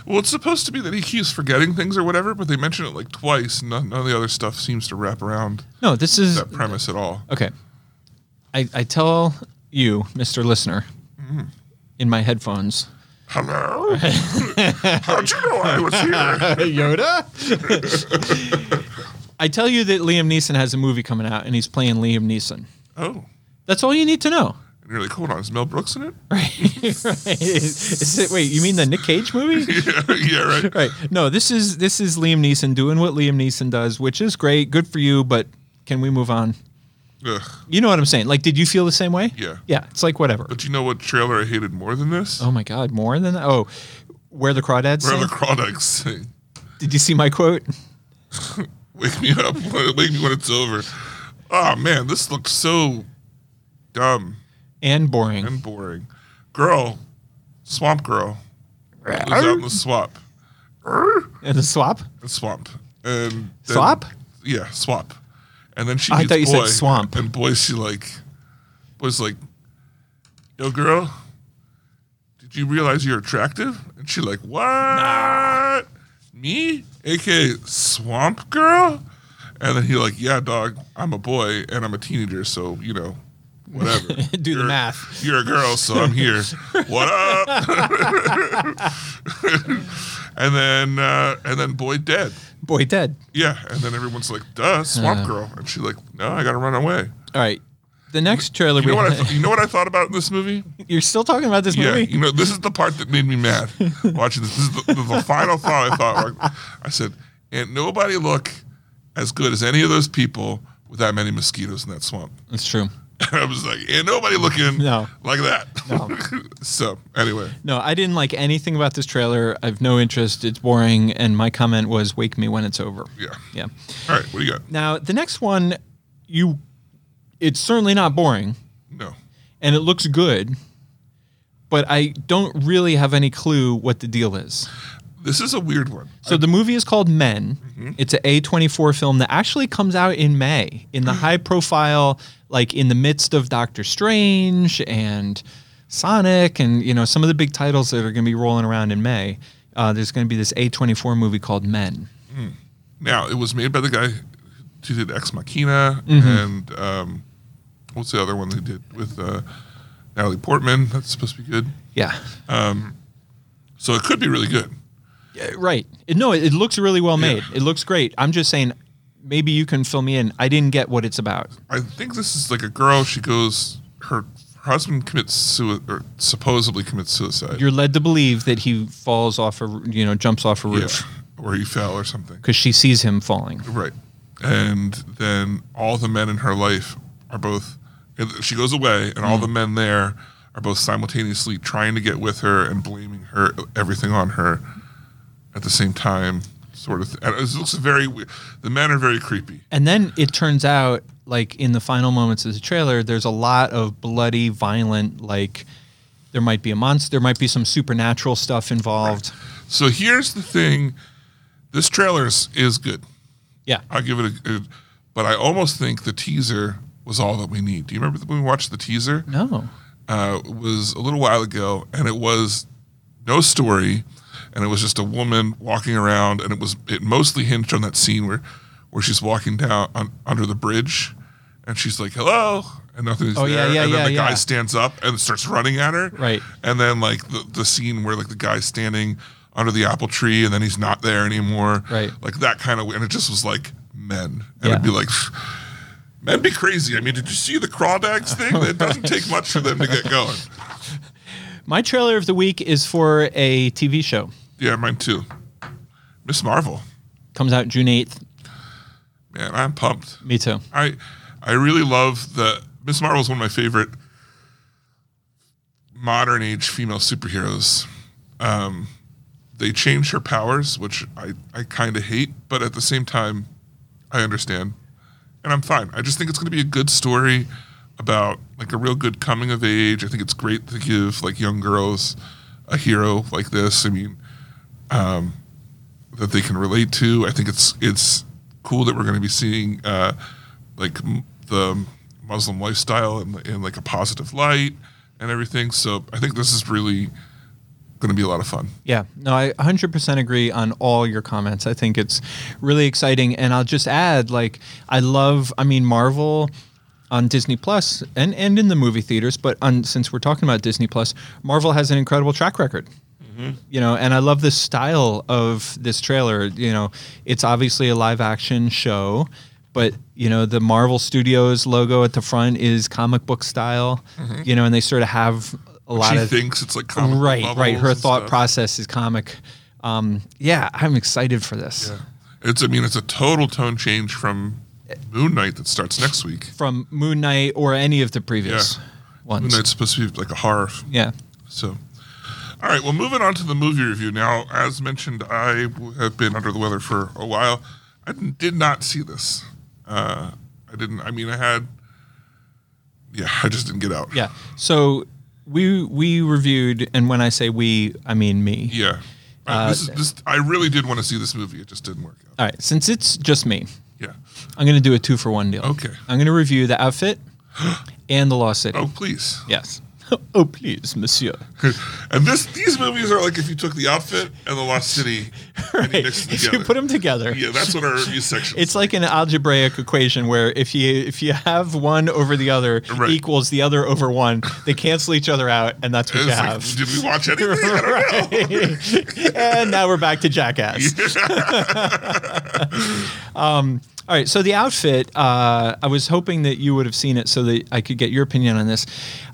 Well, it's supposed to be that he keeps forgetting things or whatever, but they mention it like twice. None, none of the other stuff seems to wrap around
No, this is
that premise at all.
okay. I, I tell you, Mister Listener,
Mm-hmm.
in my headphones.
Hello, how'd you know I was here?
Yoda. I tell you that Liam Neeson has a movie coming out, and he's playing Liam Neeson.
Oh,
That's all you need to know.
and you're like, hold on, is Mel Brooks in it?
Is it, wait, you mean the Nick Cage movie?
yeah, right.
Right. No, this is this is Liam Neeson doing what Liam Neeson does, which is great, good for you, but can we move on?
Ugh.
You know what I'm saying? Like, did you feel the same way?
Yeah.
Yeah. It's like whatever.
But you know what trailer I hated more than this?
Oh my God, more than that. Oh, where the crawdads
Where
sing?
the Crawdads sing.
Did you see my quote?
Wake me up. Wake me when it's over. Oh man, this looks so dumb
And boring.
and boring. Girl, swamp girl, was out in the swamp. Er,
And the swap?
The swamp. And then-
Swap?
Yeah, swamp. And then she.
I
meets
thought you said
boy,
swamp.
And boy, she like was like, "Yo, girl, did you realize you're attractive?" And she like, "What? Me? A.K. Swamp Girl?" And then he like, "Yeah, dog. I'm a boy and I'm a teenager, so you know." Whatever. Do
the math.
You're a girl, so I'm here. what up? and then, uh, and then, boy dead.
Boy, dead.
Yeah, and then everyone's like, "Duh, Swamp Girl," and she's like, "No, I gotta run away."
All right. The next trailer
You know
we
what I? Th- you know what I thought about in this movie?
You're still talking about this
Yeah,
movie?
you know this is the part that made me mad watching this. This is the, the, the final thought I thought. like, I said, "And nobody look as good as any of those people with that many mosquitoes in that swamp."
That's true.
I was like, "And nobody looking
No.
like that." so anyway,
No, I didn't like anything about this trailer. I've no interest. It's boring. And my comment was, "Wake me when it's over."
yeah.
Yeah.
All right, what do you got?
Now the next one, you, it's certainly not boring,
No.
and it looks good, but I don't really have any clue what the deal is.
This is a weird one.
So the movie is called Men. It's a A24 film that actually comes out in May in the high profile like in the midst of Doctor Strange and Sonic and you know some of the big titles that are going to be rolling around in May. Uh, there's going to be this A24 movie called Men.
Now it was made by the guy who did Ex Machina and um, what's the other one they did with uh, Natalie Portman? That's supposed to be good.
Yeah.
So it could be really good.
Uh, Right. It- no, it, it looks really well made. It looks great. I'm just saying maybe you can fill me in. I didn't get what it's about.
I think this is like a girl. She goes, her husband commits suicide, or supposedly commits suicide,
You're led to believe that he falls off a, r- you know, jumps off a
yeah,
roof
or he fell or something.
because she sees him falling.
Right. and then all the men in her life are both. She goes away, and all the men there are both simultaneously trying to get with her and blaming her everything on her at the same time. Sort of. Th- and it looks very. we- The men are very creepy.
And then it turns out, like in the final moments of the trailer, there's a lot of bloody, violent, like there might be a monster, there might be some supernatural stuff involved.
So here's the thing. This trailer is, is good.
Yeah.
I'll give it a, a. But I almost think the teaser was all that we need. Do you remember when we watched the teaser?
No.
uh, was a little while ago, and it was no story, and it was just a woman walking around, and it was it mostly hinged on that scene where where she's walking down on, under the bridge, and she's like hello, and nothing is
Oh, yeah,
there,
yeah,
and then
yeah,
the guy
yeah.
stands up and starts running at her,
Right.
and then like the, the scene where like the guy's standing under the apple tree, and then he's not there anymore,
Right.
Like that kind of, and it just was like men, and
Yeah.
it'd be like. That'd be crazy. I mean, did you see the crawdads thing? It doesn't take much for them to get going.
My trailer of the week is for a TV show.
Yeah, mine too. Miss Marvel.
Comes out June 8th.
Man, I'm pumped.
Me too.
I I really love the Miss Marvel is one of my favorite modern age female superheroes. Um, they change her powers, which I, I kind of hate, but at the same time, I understand, and I'm fine. I just think it's going to be a good story about like a real good coming of age. I think it's great to give like young girls a hero like this. I mean, that they can relate to. I think it's it's cool that we're going to be seeing uh, like m- the Muslim lifestyle in, in like a positive light and everything. So I think this is really going to be a lot of fun.
Yeah, no, I 100% agree on all your comments. I think it's really exciting. And I'll just add, like, I love, I mean, Marvel on Disney Plus and, and in the movie theaters, but on, since we're talking about Disney Plus, Marvel has an incredible track record. You know, and I love the style of this trailer. You know, it's obviously a live action show, but, you know, the Marvel Studios logo at the front is comic book style, you know, and they sort of have a lot
She
of
thinks it's like comic book
right right
bubbles
her
and
thought
stuff.
process is comic um, yeah i'm excited for this
It's I mean it's a total tone change from Moon Knight that starts next week.
from moon knight or any of the previous
Yeah. Moon
ones
Knight's supposed to be like a horror. f-
yeah
So. All right, well, moving on to the movie review. Now, as mentioned, I w- have been under the weather for a while. I didn't- did not see this. Uh, I didn't, I mean, I had, yeah, I just didn't get out.
yeah so we we reviewed and when i say we i mean me
Yeah.
Uh,
I, this is, this, I really did want to see this movie. It just didn't work out.
all right since it's just me
Yeah.
i'm gonna do a two for one deal
Okay.
i'm gonna review the outfit and the lost city
Oh, please.
yes oh please monsieur
And this, these movies are like if you took the outfit and the Lost City and you mixed them
if
together.
you put them together
yeah, that's what our review section
It's like an algebraic equation where if you if you have one over the other
Right.
equals the other over one, they cancel each other out, and that's what
It's
you
like,
have.
did we watch anything? I don't know.
Right. and now we're back to jackass. Um, all right, so the outfit. Uh, I was hoping that you would have seen it so that I could get your opinion on this.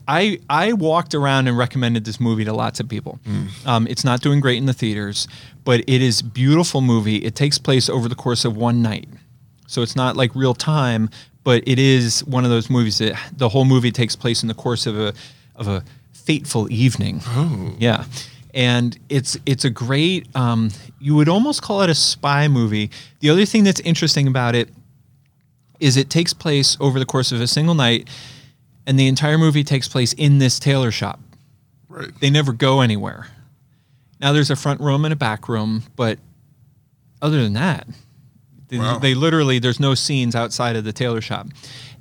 I I walked around and recommended this movie to lots of people. Um, it's not doing great in the theaters, but it is beautiful movie. It takes place over the course of one night, so it's not like real time, but it is one of those movies that the whole movie takes place in the course of a of a fateful evening. Yeah. And it's it's a great um, you would almost call it a spy movie. The other thing that's interesting about it is it takes place over the course of a single night and the entire movie takes place in this tailor shop.
Right.
They never go anywhere. Now there's a front room and a back room, but other than that, they,
Wow.
they literally there's no scenes outside of the tailor shop,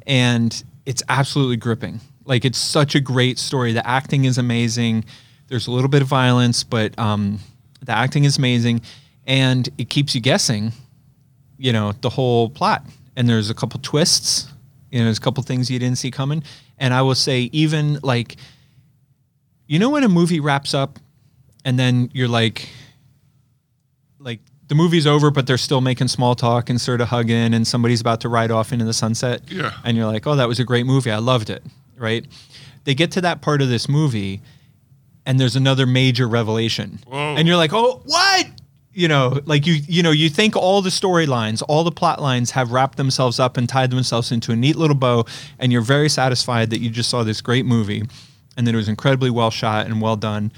and it's absolutely gripping. Like it's such a great story. The acting is amazing. There's a little bit of violence, but um, the acting is amazing, and it keeps you guessing. You know the whole plot, and there's a couple twists. You know, there's a couple things you didn't see coming, and I will say even like, you know, when a movie wraps up, and then you're like, like the movie's over, but they're still making small talk and sort of hugging, and somebody's about to ride off into the sunset.
Yeah.
And you're like, oh, that was a great movie. I loved it. Right. They get to that part of this movie, and there's another major revelation.
Whoa.
And you're like, oh, what? you know, like you you know, you think all the storylines, all the plot lines have wrapped themselves up and tied themselves into a neat little bow, and you're very satisfied that you just saw this great movie and that it was incredibly well shot and well done.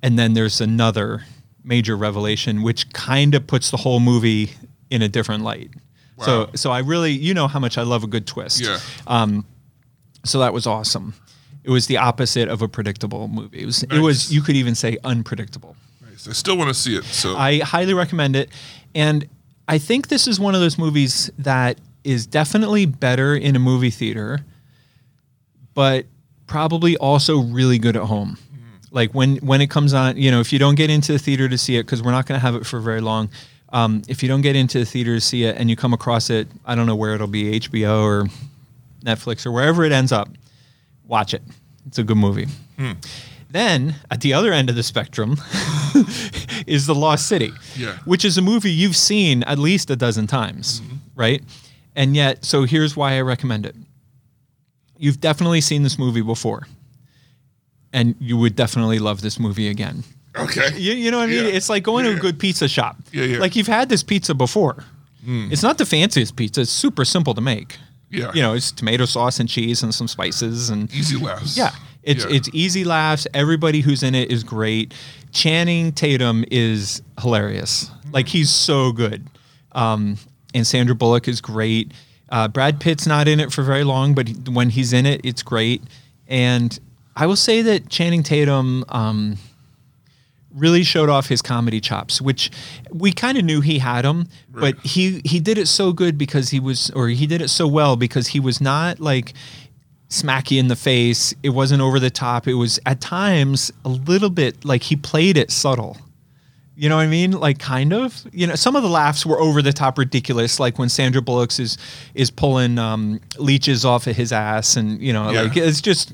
And then there's another major revelation which kind of puts the whole movie in a different light. So so I really you know how much I love a good twist. Um,
Yeah.
So that was awesome. It was the opposite of a predictable movie. It was, it was you could even say unpredictable.
Nice. I still want to see it. So
I highly recommend it. And I think this is one of those movies that is definitely better in a movie theater, but probably also really good at home. Like when when it comes on, you know, if you don't get into the theater to see it, because we're not going to have it for very long. Um, if you don't get into the theater to see it and you come across it, I don't know where it'll be HBO or Netflix or wherever it ends up, watch it. It's a good movie.
Hmm.
Then at the other end of the spectrum is The Lost City,
Yeah. Mm-hmm.
which is a movie you've seen at least a dozen times, right? And yet, so here's why I recommend it. You've definitely seen this movie before, and you would definitely love this movie again.
okay.
You, you know what I mean?
Yeah.
It's like going to
Yeah.
a good pizza shop.
Yeah, Hmm. yeah.
Like you've had this pizza before. It's not the fanciest pizza, it's super simple to make.
Yeah.
You know, it's tomato sauce and cheese and some spices and
easy laughs.
yeah. It's
Yeah.
it's easy laughs. Everybody who's in it is great. Channing Tatum is hilarious. Like he's so good. Um, and Sandra Bullock is great. Uh, Brad Pitt's not in it for very long, but he, when he's in it, it's great. And I will say that Channing Tatum um, really showed off his comedy chops, which we kind of knew he had them, but he he did it so good because he was, or he did it so well because he was not like smack you in the face. It wasn't over the top. It was at times a little bit like he played it subtle. You know what I mean? Like kind of. You know, some of the laughs were over the top ridiculous, like when Sandra Bullock's is is pulling um, leeches off of his ass, and you know,
Yeah.
like it's just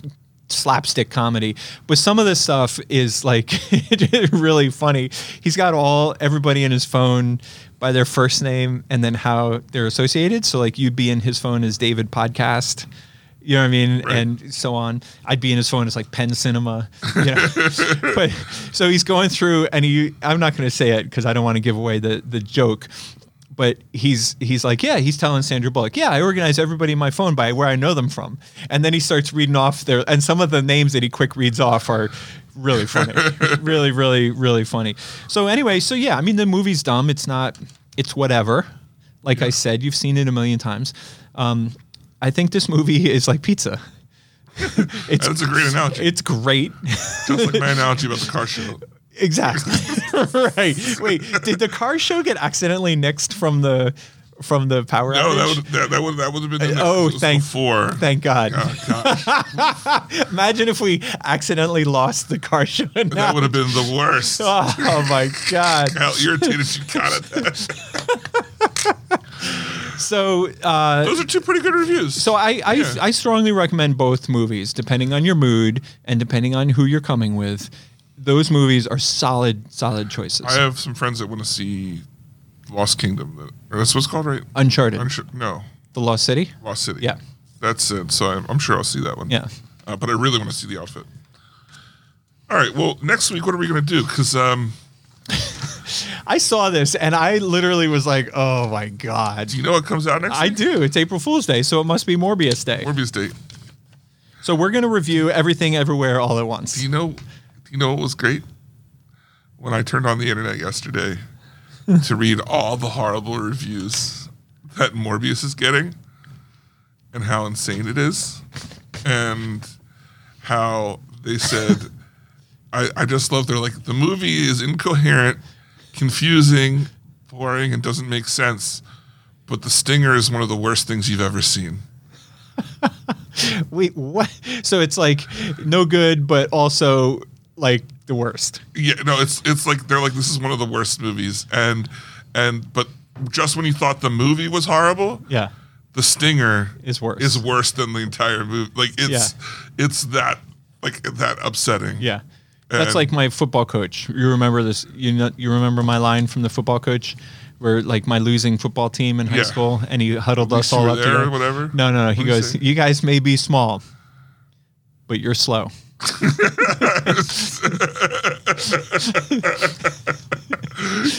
slapstick comedy. But some of this stuff is like really funny. He's got all everybody in his phone by their first name and then how they're associated. So like you'd be in his phone as David Podcast. You know what I mean? And so on. I'd be in his phone as like Penn Cinema. You know? but so he's going through and he I'm not gonna say it because I don't want to give away the the joke. But he's he's like, yeah, he's telling Sandra Bullock, yeah, I organize everybody in my phone by where I know them from. And then he starts reading off their and some of the names that he quick reads off are really funny. really, really, really funny. So anyway, so yeah, I mean the movie's dumb. It's not it's whatever. Like I said, you've seen it a million times. Um, I think this movie is like pizza. it's
That's a great analogy.
it's great.
Just like my analogy about the car show.
Exactly. right. Wait, did the car show get accidentally nixed from the from the power
No, that
outage?
would that, that would that would have been in there
oh,
because it was
thank-
before.
Thank God.
Oh, gosh,
Imagine if we accidentally lost the car show.
that
now.
would have been the worst.
Oh, oh my God.
How irritated you got at that.
So uh,
Those are two pretty good reviews.
so I I,
Yeah.
I strongly recommend both movies, depending on your mood and depending on who you're coming with. Those movies are solid, solid choices.
I have some friends that want to see Lost Kingdom. That, or that's what's called, right?
Uncharted,
I'm sure, no,
The Lost City.
Lost City.
Uh, Yeah.
that's it. So I'm, I'm sure I'll see that one.
Yeah.
uh, but I really want to see the outfit. All right. Well, next week, what are we going to do? Because um,
I saw this and I literally was like, "Oh my god!"
do you know what comes out next?
I
week?
do. It's April Fool's Day, so it must be Morbius Day.
Morbius Day.
So we're going to review everything everywhere all at
Do
once.
you know? Do you know what was great? When I turned on the internet yesterday to read all the horrible reviews that Morbius is getting, and how insane it is, and how they said, I, "I just love." They're like, the movie is incoherent, confusing, boring, and doesn't make sense. But the stinger is one of the worst things you've ever seen.
Wait, what? So it's like no good, but also like the worst.
Yeah, no, it's it's like they're like this is one of the worst movies, and and but just when you thought the movie was horrible,
Yeah.
the stinger
Is worse.
Is worse than the entire movie. Like it's it's that like that upsetting.
Yeah. That's
And-
like my football coach. You remember this? You know, you remember my line from the football coach, where like my losing football team in high
Yeah.
school, and he huddled us
least you
all
were
up
there or
together.
whatever?
No, no, no.
What'd
He
he
goes,
say?
"You guys may be small, but you're slow."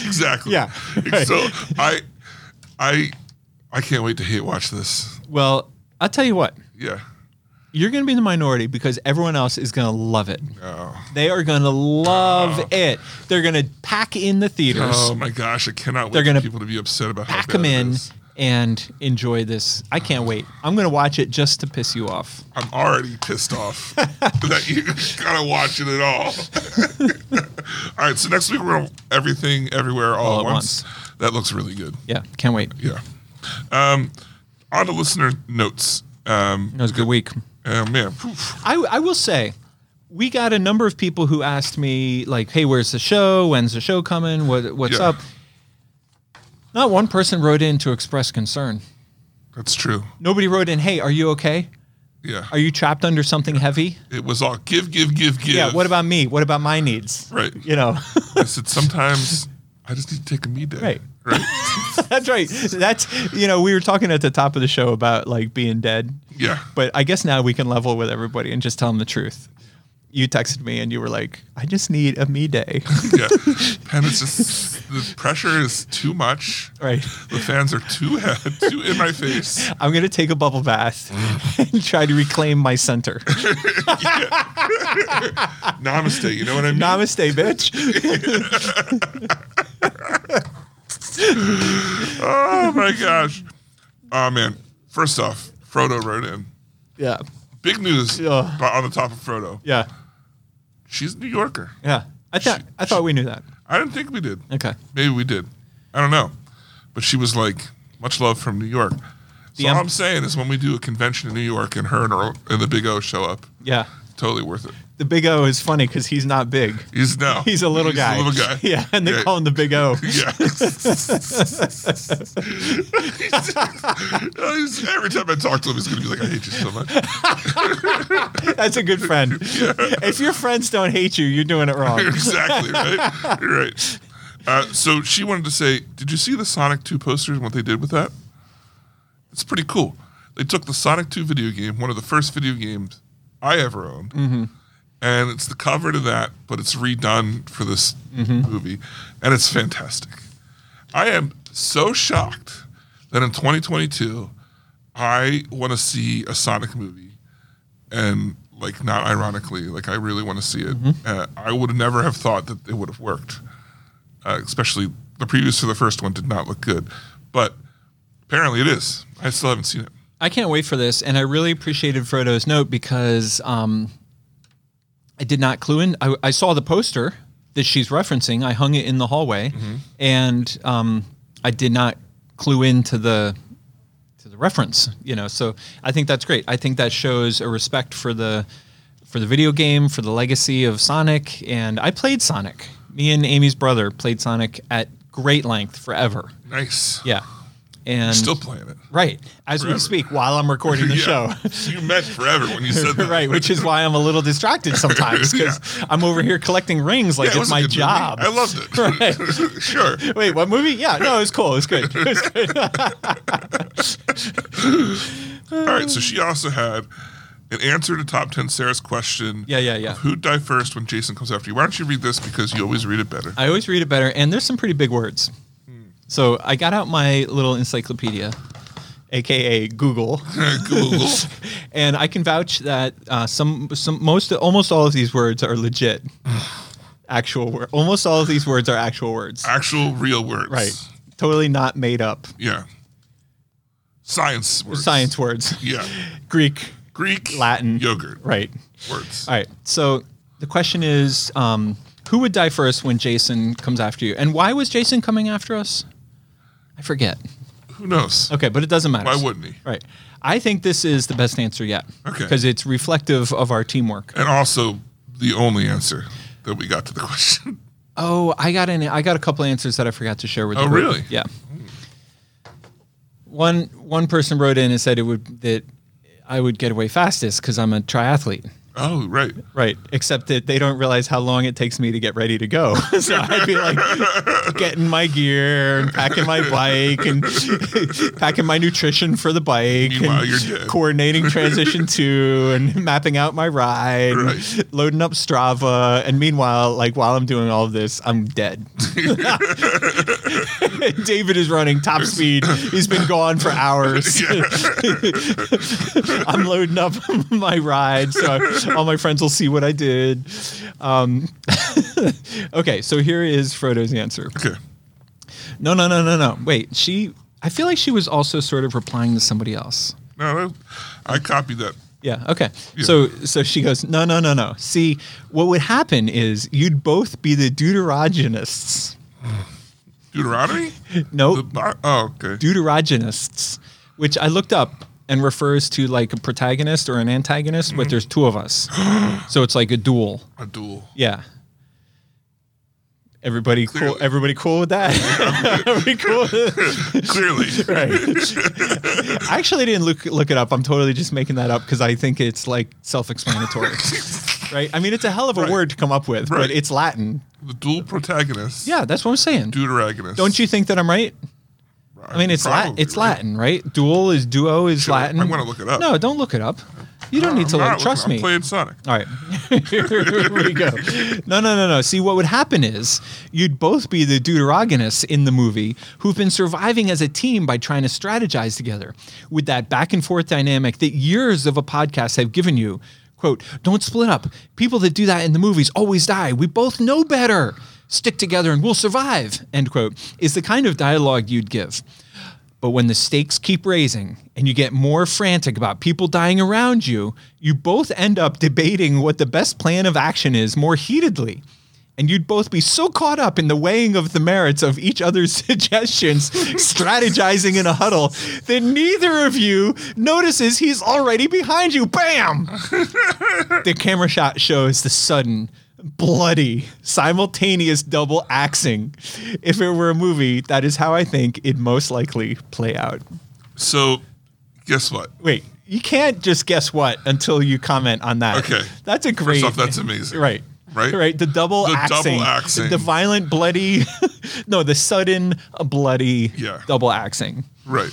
exactly.
Yeah, right.
So I, I, I can't wait to hate watch this.
Well, I'll tell you what.
Yeah.
You're going to be in the minority because everyone else is going to love it.
Oh.
They are going to love it. They're going to pack in the theaters,
Oh my gosh! I cannot wait
They're
for
gonna
people to be upset about how
pack
bad
them
it
in,
is.
and enjoy this. I can't wait. I'm going to watch it just to piss you off.
I'm already pissed off that you gotta watch it at all. all right, so next week we're on everything, everywhere, all, at once. That looks really good.
Yeah, can't wait.
Yeah. Um, on to listener notes. Um,
It was a good week.
oh man, Oof.
I, I will say, we got a number of people who asked me like, "Hey, where's the show? When's the show coming? What what's
Yeah.
up?" Not one person wrote in to express concern.
that's true.
Nobody wrote in, "Hey, are you okay?
Yeah,
Are you trapped under something heavy?"
it was all give, give, give, give.
Yeah. What about me? What about my needs?
right?
You know,
I said sometimes I just need to take a me day.
Right.
Right.
that's right. That's you know, we were talking at the top of the show about like being dead,
yeah.
but I guess now we can level with everybody and just tell them the truth. You texted me and you were like, "I just need a me day."
Yeah. And it's just the pressure is too much.
right.
The fans are too too in my face.
I'm gonna take a bubble bath and try to reclaim my center.
Namaste. You know what I mean?
Namaste, bitch.
Oh my gosh. Oh man. First off, Frodo wrote in.
Yeah,
Big news
Yeah.
but on the top of Frodo.
yeah,
She's a New Yorker.
yeah. I thought I thought we knew that.
I didn't think we did.
Okay.
Maybe we did. I don't know. But she was like, much love from New York. So
The em-
all I'm saying is when we do a convention in New York and her and, her, and the Big O show up,
Yeah,
totally worth it.
the Big O is funny because he's not big.
He's no.
He's a little guy.
He's a little guy.
Yeah, and they
Yeah.
call him the Big O.
Yeah. He's- every time I talk to him, he's going to be like, I hate you so much.
That's a good friend. If your friends don't hate you, you're doing it wrong.
exactly, right? You're right. Uh, so she wanted to say, Did you see the Sonic 2 posters and what they did with that? It's pretty cool. They took the Sonic 2 video game, one of the first video games I ever owned, and it's the cover to that, but it's redone for this movie, and it's fantastic. I am so shocked that in 2022, I want to see a Sonic movie, and like not ironically, like I really want to see it.
Mm-hmm.
Uh, I would never have thought that it would have worked, uh, especially the previews for the first one did not look good, but apparently it is. I still haven't seen it.
I can't wait for this, and I really appreciated Frodo's note because um, I did not clue in. I, I saw the poster that she's referencing. I hung it in the hallway, and um, I did not clue into the to the reference. You know, so I think that's great. I think that shows a respect for the for the video game, for the legacy of Sonic. And I played Sonic. Me and Amy's brother played Sonic at great length forever.
Nice.
Yeah, and
Still playing it.
Right. As we
Forever.
speak, while I'm recording the
Yeah.
show.
you meant forever when you said that.
right, which is why I'm a little distracted sometimes because I'm over here collecting rings like
Yeah, it was
it's
a
my
good movie.
job.
I loved it. sure.
Wait, what movie? Yeah, no, it was cool. It was good. It was good.
All right, so she also had an answer to top ten Sarah's question.
Yeah, yeah, yeah.
of who'd die first when Jason comes after you? Why don't you read this because you always read it better?
I always read it better, and there's some pretty big words. So I got out my little encyclopedia, aka Google,
Google.
and I can vouch that uh, some some most almost all of these words are legit, actual word. Almost all of these words are actual words.
Actual real words.
Right, totally not made up.
Yeah. Science words.
Science words.
Yeah.
Greek,
Greek.
Latin.
Yogurt.
right.
Words.
All right. So the question is um, who would die first when Jason comes after you? And why was Jason coming after us? I forget.
Who knows?
Okay, but it doesn't matter.
Why wouldn't he?
Right. I think this is the best answer yet.
Okay.
Because it's reflective of our teamwork.
And also the only answer that we got to the question.
Oh, I got an I got a couple answers that I forgot to share with
Oh,
the group.
really?
Yeah. One one person wrote in and said it would that I would get away fastest because I'm a triathlete.
Oh, right.
Right. Except that they don't realize how long it takes me to get ready to go. so I'd be like getting my gear and packing my bike and packing my nutrition for the bike
Meanwhile,
and
you're dead.
coordinating transition two and mapping out my ride, and
Right.
loading up Strava. And meanwhile, like while I'm doing all of this, I'm dead. David is running top speed. He's been gone for hours.
Yeah.
I'm loading up my ride so I- all my friends will see what I did. Um, okay, so here is Frodo's answer.
Okay.
No, no, no, no, no. Wait, she. I feel like she was also sort of replying to somebody else.
No, no, I copied that.
Yeah. Okay. So so she goes, no, no, no, no. See, what would happen is you'd both be the deuterogenists.
Deuteronomy? The
Nope.
Bi- oh, okay.
deuterogenists, which I looked up and refers to like a protagonist or an antagonist, but there's two of us, so it's like a duel.
a duel.
Yeah. Everybody cool.
Clearly.
Everybody cool with that. Everybody cool.
Clearly.
right. I actually didn't look look it up. I'm totally just making that up because I think it's like self-explanatory. right. I mean, it's a hell of a
Right.
word to come up with,
Right.
but it's Latin.
The dual protagonist.
Yeah, that's what I'm saying.
Deuteragonist.
Don't you think that I'm right? I mean, it's Latin.
Probably,
It's
right?
Latin, right? Dual is duo is
Sure,
Latin.
I'm gonna look it up.
No, don't look it up. You don't need to
I'm
look.
not
Trust
looking-
me.
I'm playing Sonic.
All right. Here we go. No, no, no, no. See, what would happen is you'd both be the deuterogonists in the movie who've been surviving as a team by trying to strategize together with that back and forth dynamic that years of a podcast have given you. Quote, don't split up. People that do that in the movies always die. We both know better. Stick together and we'll survive, end quote, is the kind of dialogue you'd give. But when the stakes keep raising and you get more frantic about people dying around you, you both end up debating what the best plan of action is more heatedly. And you'd both be so caught up in the weighing of the merits of each other's suggestions, strategizing in a huddle, that neither of you notices he's already behind you. Bam! the camera shot shows the sudden, bloody, simultaneous double axing. If it were a movie, that is how I think it'd most likely play out.
So, guess what?
Wait, you can't just guess what until you comment on that.
Okay.
That's a great.
off, that's amazing.
Right.
Right?
Right. The double
The double
axing.
axing.
The violent, bloody. no, the sudden, bloody
Yeah.
double axing.
Right.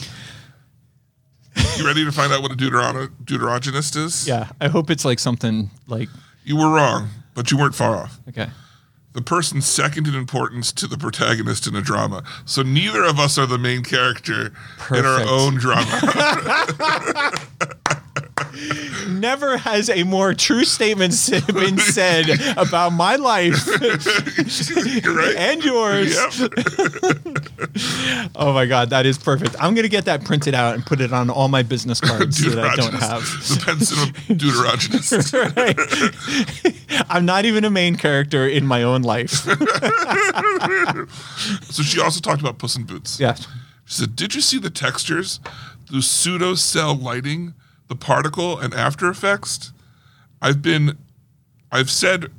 You ready to find out what a deuteron- deuterogenist is?
Yeah. I hope it's like something like.
You were wrong, but you weren't far off.
Okay.
The person second in importance to the protagonist in a drama. So neither of us are the main character in our
Perfect.
own drama.
Never has a more true statement s- been said about my life
You're right.
and yours.
Yep.
Oh my God, that is perfect. I'm going to get that printed out and put it on all my business cards that I don't have.
Deuterogenist. The pencil of deuterogenist.
Right. I'm not even a main character in my own life.
So she also talked about Puss in Boots.
yeah.
She said, Did you see the textures, the pseudo cell lighting, the particle, and after effects? I've been, I've said,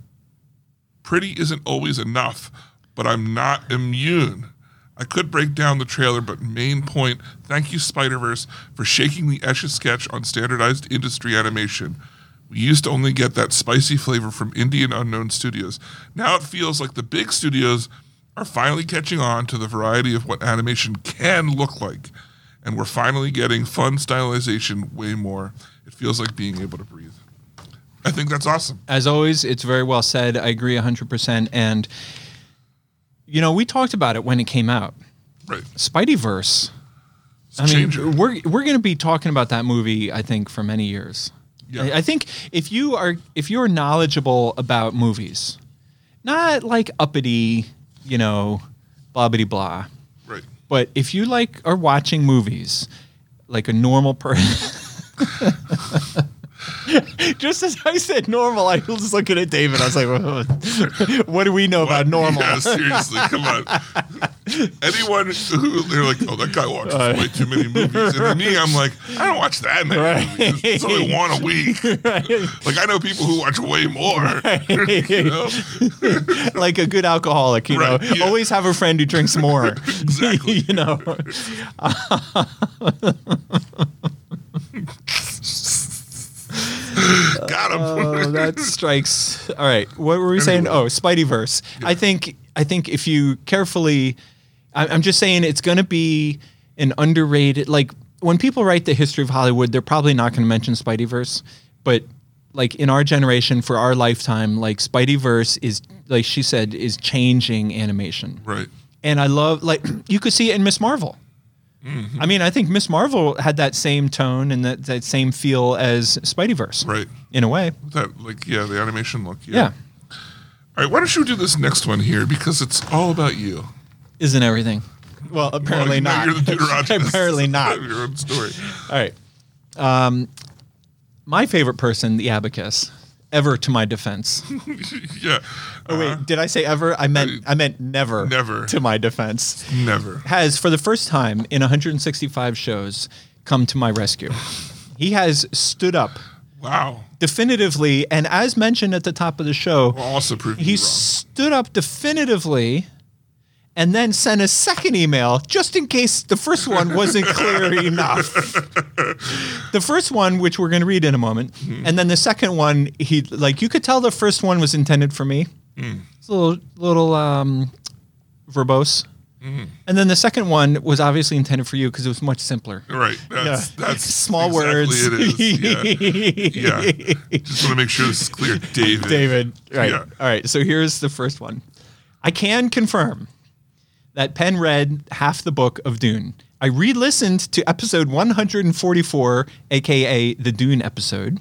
pretty isn't always enough, but I'm not immune. I could break down the trailer, but main point thank you, Spider Verse, for shaking the Escher sketch on standardized industry animation. We used to only get that spicy flavor from Indian Unknown Studios. Now it feels like the big studios are finally catching on to the variety of what animation can look like, and we're finally getting fun stylization way more. It feels like being able to breathe. I think that's awesome.
As always, it's very well said. I agree 100%. And, you know, we talked about it when it came out.
Right.
Spideyverse. I mean,
changer.
we're we're going to be talking about that movie, I think, for many years.
Yeah.
I, I think if you are if you're knowledgeable about movies, not like uppity, you know, blah bitty blah,
Right.
but if you like are watching movies like a normal person. Just as I said normal, I was looking at David. I was like, "What do we know about normal?"
Yeah, seriously, come on. Anyone who they're like, oh, that guy watches way too many movies. And for me, I'm like, I don't watch that many
Right.
movies. It's only one a week. Like I know people who watch way more. you know?
like a good alcoholic, you
Right,
know.
yeah.
Always have a friend who drinks more.
Exactly.
you know.
God, got him.
Oh, that strikes. All right, what were we saying? Oh, Spideyverse. I think I think if you carefully, I, I'm just saying it's going to be an underrated. Like when people write the history of Hollywood, they're probably not going to mention Spideyverse, but like in our generation, for our lifetime, like Spideyverse is like she said is changing animation.
right.
And I love like you could see it in Miss Marvel.
Mm-hmm.
I mean, I think Miss Marvel had that same tone and that, that same feel as Spideyverse.
Right.
In a way.
That like yeah, the animation look. Yeah.
Yeah.
All right. Why don't you do this next one here because it's all about you.
Isn't everything? Well, apparently
No,
not.
You're the deuterogenist.
apparently not. All
Your own story.
right. Um, my favorite person, the abacus, ever to my defense.
yeah. Uh,
Oh wait, did I say ever? I meant I meant never.
Never.
to my defense.
Never.
has, for the first time in 165 shows, come to my rescue. He has stood up
Wow.
definitively, and as mentioned at the top of the show,
Well, also proving
he
you wrong.
stood up definitively and then sent a second email just in case the first one wasn't clear enough. The first one, which we're going to read in a moment,
Mm-hmm.
and then the second one, he like you could tell the first one was intended for me.
Mm.
It's a little little um, verbose.
Mm-hmm.
And then the second one was obviously intended for you because it was much simpler.
Right. That's, that's
Small
exactly
words.
It is. Yeah. yeah. Just want to make sure this is clear, David.
David. Right.
Yeah.
All right. So here's the first one. I can confirm that Penn read half the book of Dune. I re listened to episode 144, AKA the Dune episode,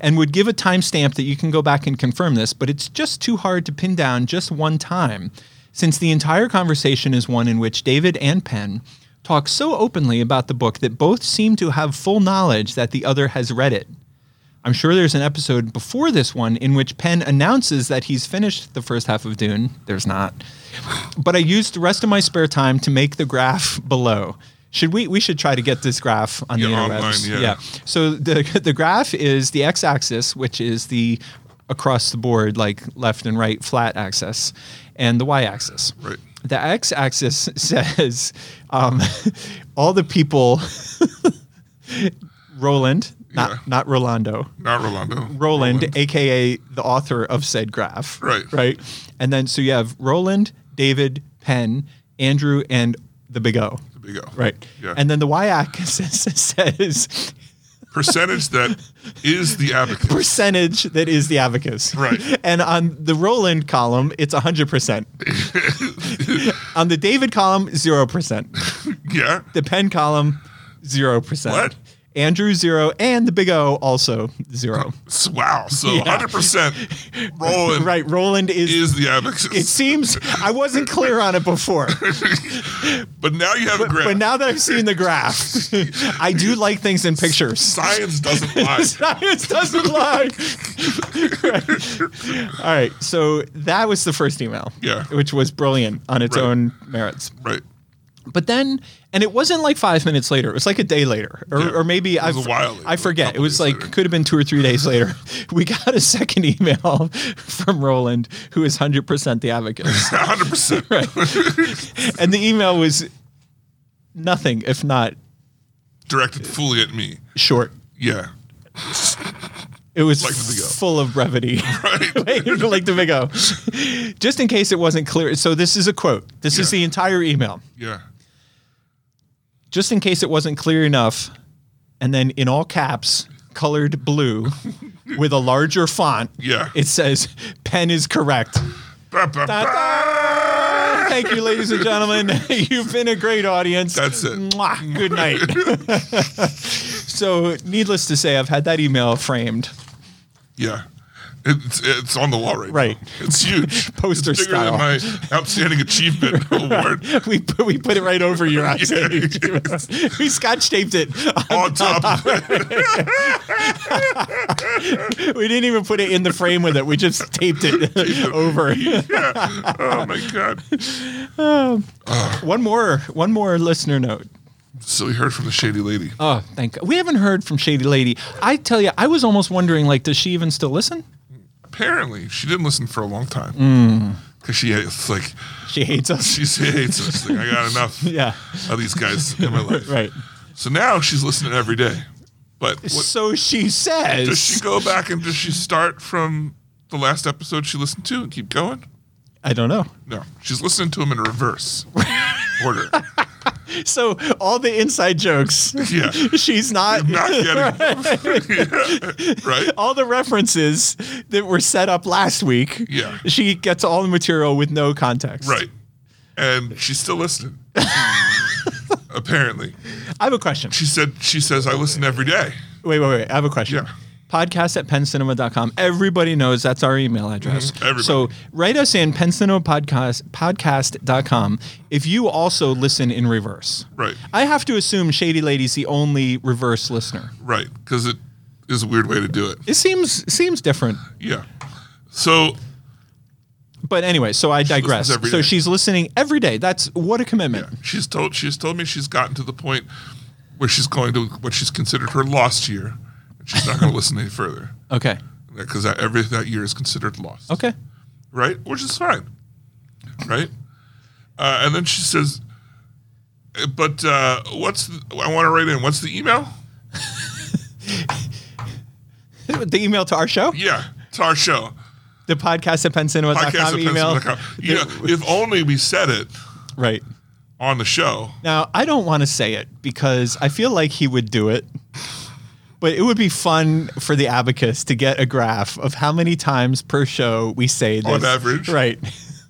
and would give a timestamp that you can go back and confirm this, but it's just too hard to pin down just one time since the entire conversation is one in which David and Penn talk so openly about the book that both seem to have full knowledge that the other has read it. I'm sure there's an episode before this one in which Penn announces that he's finished the first half of Dune. There's not. But I used the rest of my spare time to make the graph below. Should we we should try to get this graph on the
Yeah, online,
interwebs.
yeah.
So the the graph is the x axis, which is the across the board like left and right flat axis, and the y axis.
Right.
The x axis says um, all the people Roland, not
Yeah.
not Rolando.
Not Rolando.
Roland, aka the author of said graph.
Right.
Right. And then so you have Roland, David, Penn, Andrew, and the Big O.
There we go.
Right.
Yeah.
And then the Y axis says
Percentage that is the abacus.
percentage that is the abacus.
Right.
And on the Roland column, it's 100%. on the David column, 0%.
Yeah.
The Penn column, 0%.
What?
Andrew, 0. And the Big O, also 0.
S- Wow. So
Yeah.
100% Roland
Right. Roland is
is the abacus.
It seems I wasn't clear on it before,
but now you have a grip.
but now that I've seen the graph, I do like things in pictures.
Science doesn't lie.
Science doesn't lie. All right, so that was the first email,
Yeah.
which was brilliant on its
Right.
own merits.
right.
But then, and it wasn't like five minutes later; it was like a day later, or,
Yeah.
or maybe I
was a while later,
I forget.
a
It was
couple
like
days later.
could have been two or three days later. We got a second email from Roland, who is hundred percent the abacus.
100%.
and the email was nothing if not
Directed fully at me.
short.
Yeah.
It was
Like the Big O.
full of brevity. Like- like the big O. Just in case it wasn't clear. So this is a quote. This is
Yeah.
the entire email.
Yeah.
Just in case it wasn't clear enough. And then in all caps, colored blue with a larger font.
Yeah.
It says pen is correct.
Ba, ba, ba.
Thank you, ladies and gentlemen. You've been a great audience.
That's it.
Mwah. Good night. so, needless to say, I've had that email framed.
Yeah. It's, it's on the wall right,
Right.
now. It's huge.
Poster
it's bigger
style.
than my outstanding achievement award.
We put, we put it right over your eyes. we scotch taped it.
On top of it.
We didn't even put it in the frame with it. We just taped it over.
Oh my god.
one more, one more listener note.
So we heard from the shady lady.
Oh, thank God. We haven't heard from Shady Lady. I tell you, I was almost wondering, like, does she even still listen?
Apparently, she didn't listen for a long time.
Hmm.
Cause she it's like
She hates us.
she hates us. Like, I got enough
Yeah.
of these guys in my life.
Right.
So now she's listening every day. But what,
So she says.
does she go back and does she start from the last episode she listened to and keep going?
I don't know.
No, she's listening to him in reverse order.
So all the inside jokes.
Yeah.
She's not.
Not getting right.
all the references that were set up last week.
Yeah.
She gets all the material with no context.
Right. And she's still listening. Apparently.
I have a question.
She said she says I listen every day.
Wait, wait, wait. I have a question.
Yeah.
Podcast at penncinema.com. Everybody knows that's our email address.
Mm-hmm. everybody.
So write us in penncinemapodcast podcast.com if you also listen in reverse.
Right.
I have to assume Shady Lady's the only reverse listener.
Right. Because it is a weird way to do it.
It seems seems different.
Yeah. So
But anyway, so I digress.
listens every
so
day.
she's listening every day. That's what a commitment.
she's told she's told me she's gotten to the point where she's going to what she's considered her lost year. And she's not going to listen any further
Okay.
because that, every that year is considered lost.
Okay.
right? Which is fine, right? Uh, and then she says, "Eh, "But uh, what's the, I want to write in? What's the email?
The email to our show?
Yeah, it's our show.
The podcast at
Podcast
pencinema.com
at
email.
Pensacola.com. You know, if only we said it
Right.
on the show.
Now, I don't want to say it because I feel like he would do it. But it would be fun for the abacus to get a graph of how many times per show we say this.
On average.
Right.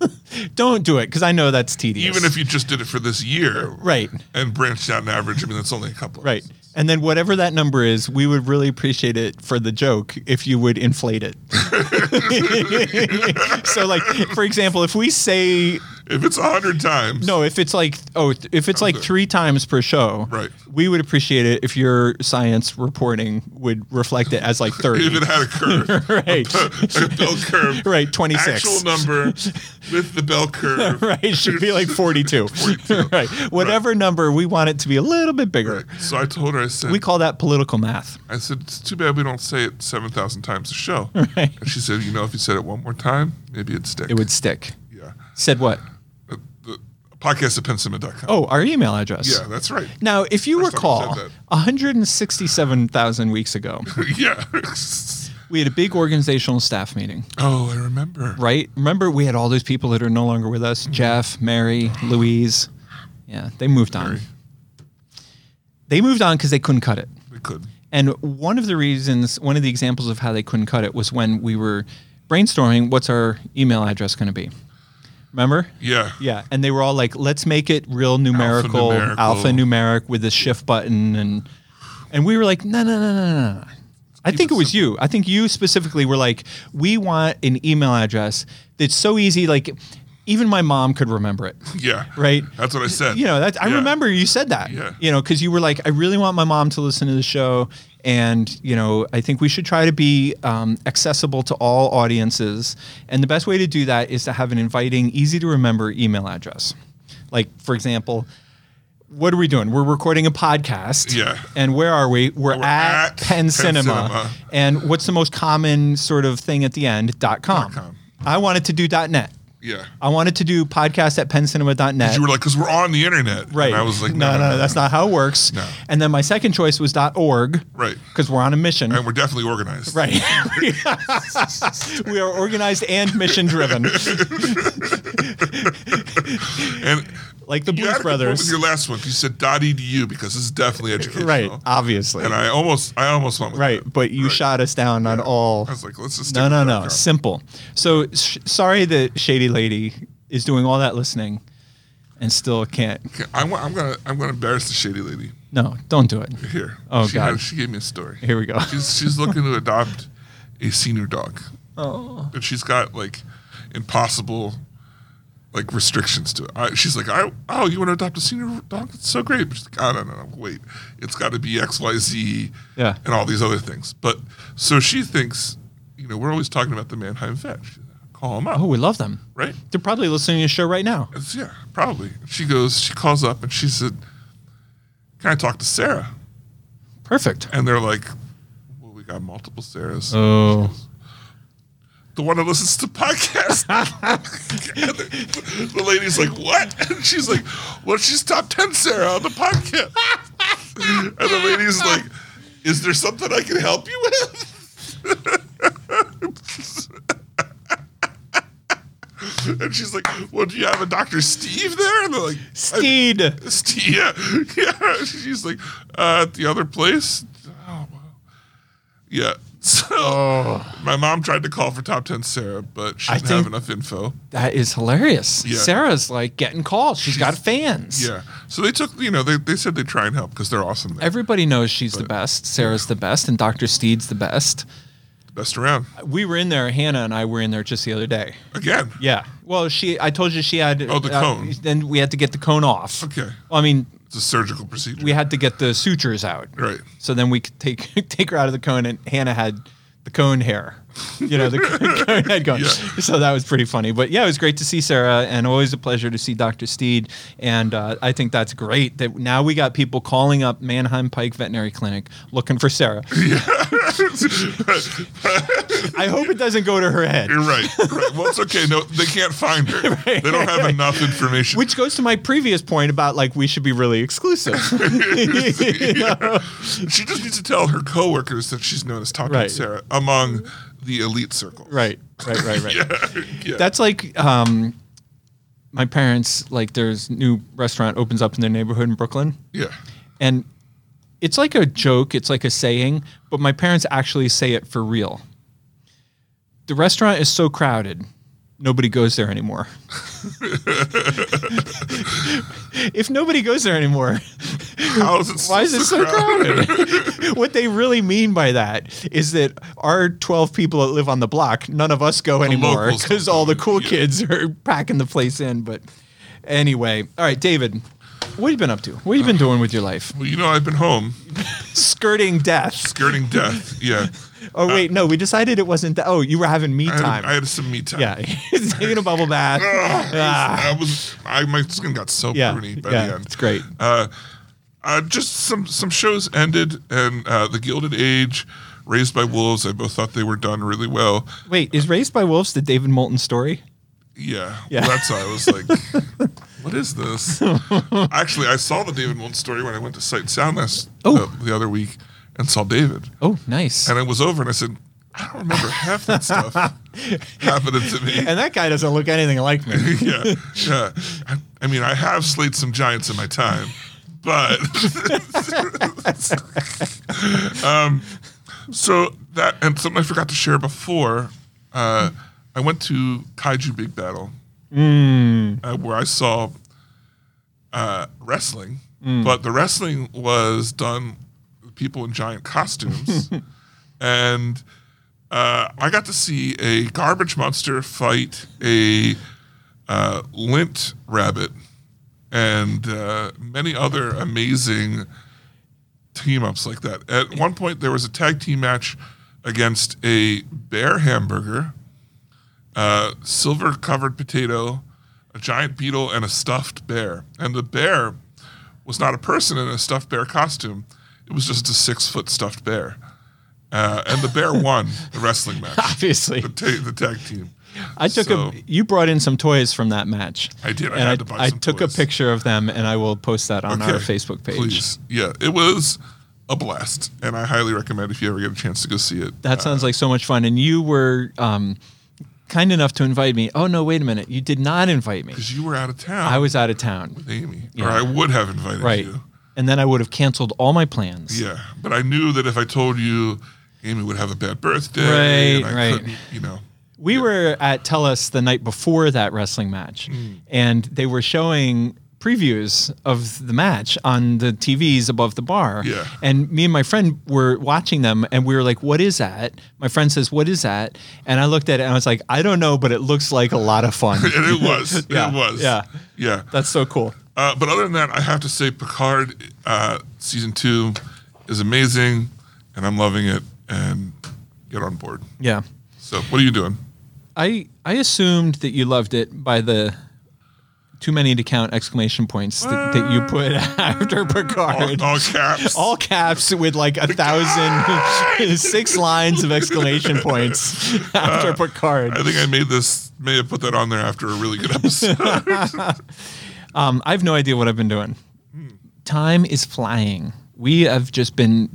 don't do it because I know that's tedious.
Even if you just did it for this year,
Uh, Right.
And branched out an average. I mean, that's only a couple. of
Right.
us.
And then whatever that number is, we would really appreciate it for the joke if you would inflate it. so like for example, if we say
If it's a hundred times,
no, if it's like oh, th- if it's like
Okay.
3 times per show,
Right.
we would appreciate it if your science reporting would reflect it as like 30.
If it had a curve,
right.
a bell curve,
Right, 26.
actual number with the bell curve,
right, it should be like 42.
42.
right. Whatever number we want it to be a little bit bigger.
Right. So I told her, I said,
We call that political math.
I said, it's too bad we don't say it 7,000 times a show. And she said, you know, if you said it one more time, maybe it'd stick.
It would stick.
Yeah.
Said what?
Uh, The podcast at pensima.com.
Oh, our email address.
Yeah, that's right.
Now, if you
First time I said
recall,
that.
167,000 weeks ago,
yeah.
we had a big organizational staff meeting,
oh, I remember.
right? Remember, we had all those people that are no longer with us Jeff, Mary, Louise. Yeah, they moved on.
Mary.
They moved on because they couldn't cut it.
We could.
And one of the reasons, one of the examples of how they couldn't cut it was when we were brainstorming what's our email address going to be. Remember?
Yeah.
Yeah, and they were all like, "Let's make it real numerical,
Alphanumerical.
alphanumeric with the shift button," and and we were like, "No, no, no, no, no, no." I think it was you. I think you specifically were like, "We want an email address that's so easy, like even my mom could remember it."
Yeah.
Right.
That's what I said.
You know, that I
Yeah.
remember you said that.
Yeah.
You know, because you were like, "I really want my mom to listen to the show." And you know, I think we should try to be um, accessible to all audiences. And the best way to do that is to have an inviting, easy to remember email address. Like, for example, what are we doing? We're recording a podcast.
Yeah.
And where are we? We're,
We're
at,
at
Penn,
Penn
Cinema.
Cinema.
And what's the most common sort of thing at the end? Dot com.
com.
I wanted to do dot net.
Yeah.
I wanted to do podcast at penncinema.net.
You were like, because we're on the internet.
Right.
And I was like,
no, no, that's not how it works.
No.
And then my second choice was .org.
Right.
Because we're on a mission.
And we're definitely organized.
right. we are organized and mission driven,
And
like the
you had to come
Blues
up
Brothers.
with your last one. You said .edu because this is definitely educational.
Right. Obviously.
And I almost, I almost went with
right.
that.
But you
Right.
shot us down on all.
I was like, let's just
no,
stick
no,
with
no.
.com.
Simple. So sh- sorry that Shady Lady is doing all that listening and still can't.
Okay, I'm, I'm gonna I'm gonna embarrass the shady lady
No, don't do it.
here.
Oh,
she
God.
had- she gave me a story.
Here we go.
She's she's looking to adopt a senior dog,
Oh.
and she's got like impossible like restrictions to it. I, she's like, I oh, you want to adopt a senior dog? That's so great. But she's like, I don't know. Wait, it's got to be X Y Z.
Yeah.
and all these other things. But so she thinks, you know, we're always talking about the Mannheim vet. She's like, Call him up,
Oh, we love them.
right?
They're probably listening to your show right now.
It's- yeah, probably. She goes, she calls up and she said, Can I talk to Sarah?
Perfect.
And they're like, Well, we got multiple Sarahs.
Oh.
the one that listens to podcasts. And the, the lady's like, What? And she's like, Well, she's top 10 Sarah on the podcast. and the lady's like, Is there something I can help you with? and she's like, Well, do you have a Dr. Steve there? And they're like,
Steed.
Steve. Yeah. yeah. She's like, uh, At the other place? Oh, wow. Yeah. So my mom tried to call for top 10 Sarah, but she
Oh. I
didn't have
think-
enough info.
That is hilarious.
Yeah.
Sarah's like getting calls. She's got fans.
Yeah. So they took, you know, they, they said they try and help because they're awesome. They're
Everybody knows she's the best. Sarah's the best, and Dr. Steed's the best.
best around.
We were in there. Hannah and I were in there just the other day.
Again.
Yeah. Well, she. I told you she had. uh,
Oh, the cone.
Then we had to get the cone off.
Okay.
Well, I mean,
It's a surgical procedure.
we had to get the sutures out.
Right.
So then we could take take her out of the cone, and Hannah had the cone hair. You know, the cone- cone head going.
Yeah.
So that was pretty funny. But yeah, it was great to see Sarah, and always a pleasure to see Dr. Steed. And uh, I think that's great that now we got people calling up Manheim Pike Veterinary Clinic looking for Sarah. I hope it doesn't go to her head.
You're right. right. Well, it's okay. No, they can't find her. They don't have enough information.
Which goes to my previous point about like we should be really exclusive. You know?
she just needs to tell her coworkers that she's known as Top
Right.
Sarah among the elite circle.
Right, right, right, right.
Yeah.
That's like um, my parents. Like, there's new restaurant opens up in their neighborhood in Brooklyn,
yeah.
and it's like a joke. It's like a saying, but my parents actually say it for real. The restaurant is so crowded, nobody goes there anymore. if nobody goes there anymore,
How is it?
why is it so crowded? what they really mean by that is that our 12 people that live on the block, none of us go anymore
locals don't
because all the cool
yeah.
kids are packing the place in. But anyway, all right, David, what have you been up to? What have you been doing with your life?
Well, you know, I've been home,
Skirting death.
skirting death. Yeah.
Oh, wait, no, we decided it wasn't. that. oh, you were having me
Uh, I had,
time.
I had Ah, some me time.
yeah, he's taking a bubble bath. Ah,
I was. I my skin got so
yeah,
pruny by the
yeah,
end.
it's great.
uh, uh, just some some shows ended, and uh, the Gilded Age, Raised by Wolves. I both thought they were done really well.
Wait, is Raised by Wolves the David Moulton story?
Yeah,
Yeah.
Well, that's why I was like, "What is this?" Actually, I saw the David Moulton story when I went to Sight and Sound last
Oh.
uh, the other week and saw David,
Oh, nice.
and it was over, and I said, "I don't remember half that stuff happening to me."
And that guy doesn't look anything like me.
yeah, yeah. I, I mean, I have slayed some giants in my time, but um, so that and something I forgot to share before. Uh, I went to Kaiju Big Battle, uh, where I saw uh, wrestling, but the wrestling was done with people in giant costumes, and uh, I got to see a garbage monster fight a uh, lint rabbit and uh, many other amazing team ups like that. At one point, there was a tag team match against a bear hamburger, uh, silver covered potato, a giant beetle, and a stuffed bear. And the bear was not a person in a stuffed bear costume, it was just a six foot stuffed bear. Uh, and the bear won the wrestling match,
Obviously.
the, ta- the tag team.
I took
So-
a. You brought in some toys from that match.
I did. I
and
had
I,
to buy
I
some
took
toys.
a picture of them, and I will post that on our
Okay.
Facebook page.
Please. Yeah, it was a blast, and I highly recommend if you ever get a chance to go see it. Uh,
That sounds like so much fun. And you were um, kind enough to invite me. Oh no, wait a minute. You did not invite me.
because you were out of town.
I was out of town.
Amy, or
Yeah.
I would have invited
Right.
you.
And then I would have canceled all my plans.
Yeah, but I knew that if I told you, Amy would have a bad birthday. and
Right,
I
right.
couldn't, You know.
We were at Tellus the night before that wrestling match, and they were showing previews of the match on the TVs above the bar.
Yeah.
And me and my friend were watching them, and we were like, "What is that?" My friend says, "What is that?" And I looked at it, and I was like, "I don't know, but it looks like a lot of fun."
And it was.
Yeah,
It was.
yeah.
Yeah.
That's so cool.
Uh, but other than that, I have to say Picard uh, season two is amazing, and I'm loving it. And get on board.
Yeah.
So, what are you doing?
I I assumed that you loved it by the too many to count exclamation points that, that you put after Picard.
All, all caps.
all caps with like a thousand six lines of exclamation points after
Uh,
Picard.
I think I made this, may have put that on there after a really good episode.
Um, I have no idea what I've been doing. Time is flying. We have just been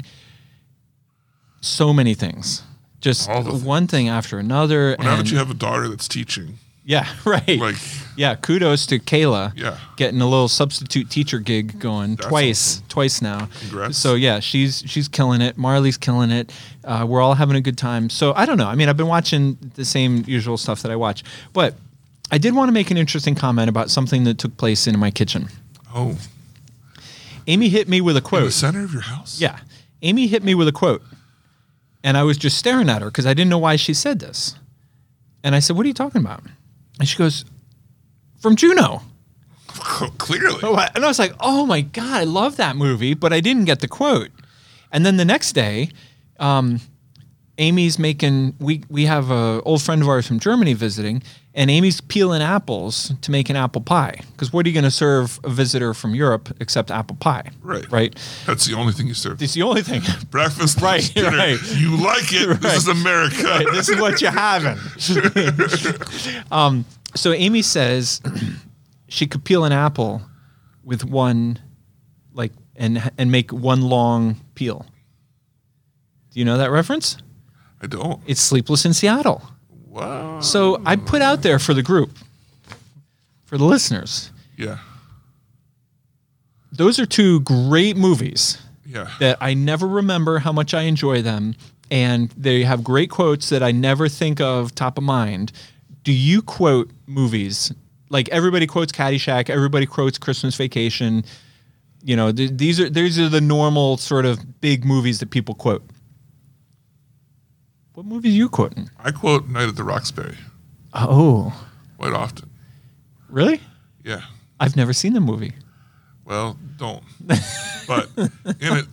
so many things. Just
All the things.
one thing after another.
Well, now
and-
that you have a daughter that's teaching,
yeah, right.
like,
yeah, kudos to Kayla.
Yeah.
Getting a little substitute teacher gig going twice, twice now.
Mm-hmm. Congrats.
So yeah, she's she's killing it. Marley's killing it. Uh, we're all having a good time. So I don't know. I mean, I've been watching the same usual stuff that I watch, but I did want to make an interesting comment about something that took place in my kitchen.
oh,
Amy hit me with a
in the
quote.
center of your house?
Oh. Yeah. Amy hit me with a quote. And I was just staring at her because I didn't know why she said this. And I said, What are you talking about? And she goes, From Juno.
Clearly.
Oh, I- And I was like, Oh my God, I love that movie, but I didn't get the quote. And then the next day, um, Amy's making we we have a old friend of ours from Germany visiting, and Amy's peeling apples to make an apple pie. Because what are you going to serve a visitor from Europe except apple pie?
Right.
Right.
That's the only thing you serve.
It's the only thing.
Breakfast,
Right,
lunch, dinner.
right.
You like it. This is
Right.
America.
Right, this is what you're having. um, so Amy says she could peel an apple with one, like, and and make one long peel. Do you know that reference?
I don't.
It's Sleepless in Seattle.
Wow.
So I put out there for the group, for the listeners.
Yeah.
Those are two great movies
Yeah.
that I never remember how much I enjoy them, and they have great quotes that I never think of top of mind. Do you quote movies? Like everybody quotes Caddyshack, everybody quotes Christmas Vacation. You know, th- these are these are the normal sort of big movies that people quote. What movie are you quoting?
I quote Night at the Roxbury
Oh,
quite often.
really?
Yeah.
I've never seen the movie.
Well, don't. but in it,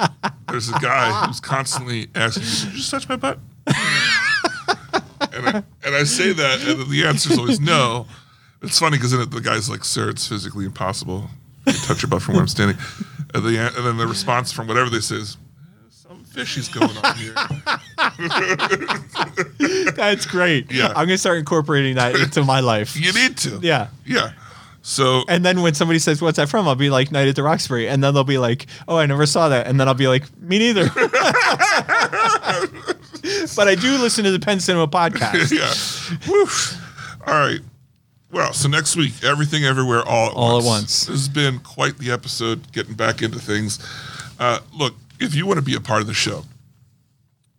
there's a guy who's constantly asking, "Did you just touch my butt?" and, I, and I say that, and the answer is always no. It's funny because in it, the guy's like, "Sir, it's physically impossible to touch your butt from where I'm standing." And, the, an- and then the response from whatever this is, "Some fishy's going on here."
That's great.
Yeah.
I'm gonna start incorporating that into my life.
you need to.
Yeah.
Yeah. So
And then when somebody says, "What's that from?" I'll be like, "Night at the Roxbury," and then they'll be like, "Oh, I never saw that," and then I'll be like, "Me neither." but I do listen to the Penn Cinema podcast.
yeah. Whew. All right. Well, so next week, everything everywhere all at
All at
once.
once.
This has been quite the episode getting back into things. Uh, look, if you want to be a part of the show,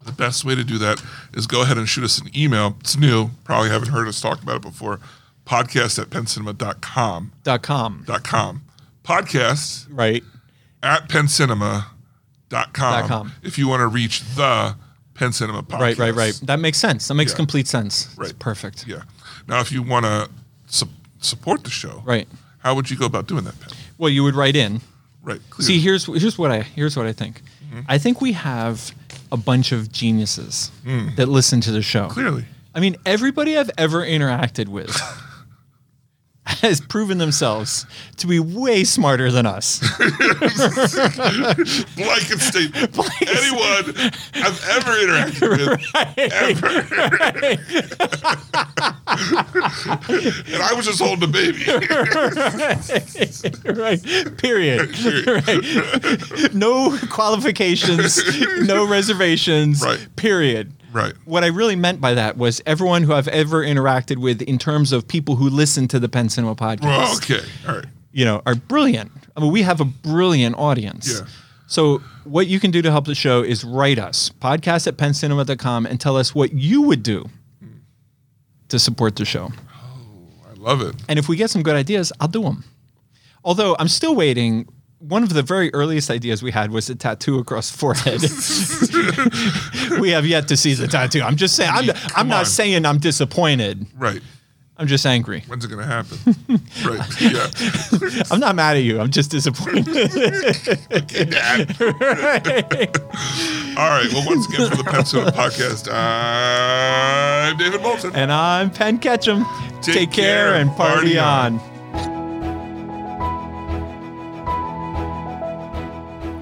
the best way to do that is go ahead and shoot us an email. It's new, probably haven't heard us talk about it before. Podcast at pencinema.com.
Dot com.
Dot com. Podcast
Right.
at pencinema.com.
com.
If you want to reach the Penn Cinema podcast.
Right. Right. Right. That makes sense. That makes
Yeah.
complete sense. It's
Right.
perfect.
Yeah. Now, if you want to su- support the show,
Right.
How would you go about doing that, Pat?
Well, you would write in.
Right. Clear.
See, here's here's what I here's what I think.
Mm-hmm.
I think we have a bunch of geniuses that listen to the show.
Mm. clearly.
I mean, everybody I've ever interacted with has proven themselves to be way smarter than us.
Blanket statement. Anyone I've ever interacted with, ever. and I was just holding a baby.
right. Period.
Period.
Right. No qualifications, no reservations.
Right.
Period.
Right.
What I really meant by that was everyone who I've ever interacted with in terms of people who listen to the Penn Cinema podcast.
Well, okay. All right.
you know, are brilliant. I mean, we have a brilliant audience.
Yeah.
So what you can do to help the show is write us, podcast at penncinema.com, and tell us what you would do to support the show.
I love it.
And if we get some good ideas, I'll do them. Although I'm still waiting. One of the very earliest ideas we had was a tattoo across the forehead. we have yet to see the tattoo. I'm just saying. I'm, I'm
on.
not saying I'm disappointed.
Right.
I'm just angry.
When's it going to happen? right. Yeah.
I'm not mad at you. I'm just disappointed.
All right. Well, once again, for the Pet Soda Podcast, I'm David Bolton.
And I'm Penn Ketchum.
Take
Take, care,
care
and party,
party on.
on.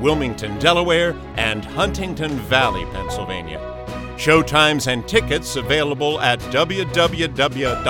Wilmington, Delaware, and Huntington Valley, Pennsylvania. Showtimes and tickets available at www.penncinema.com.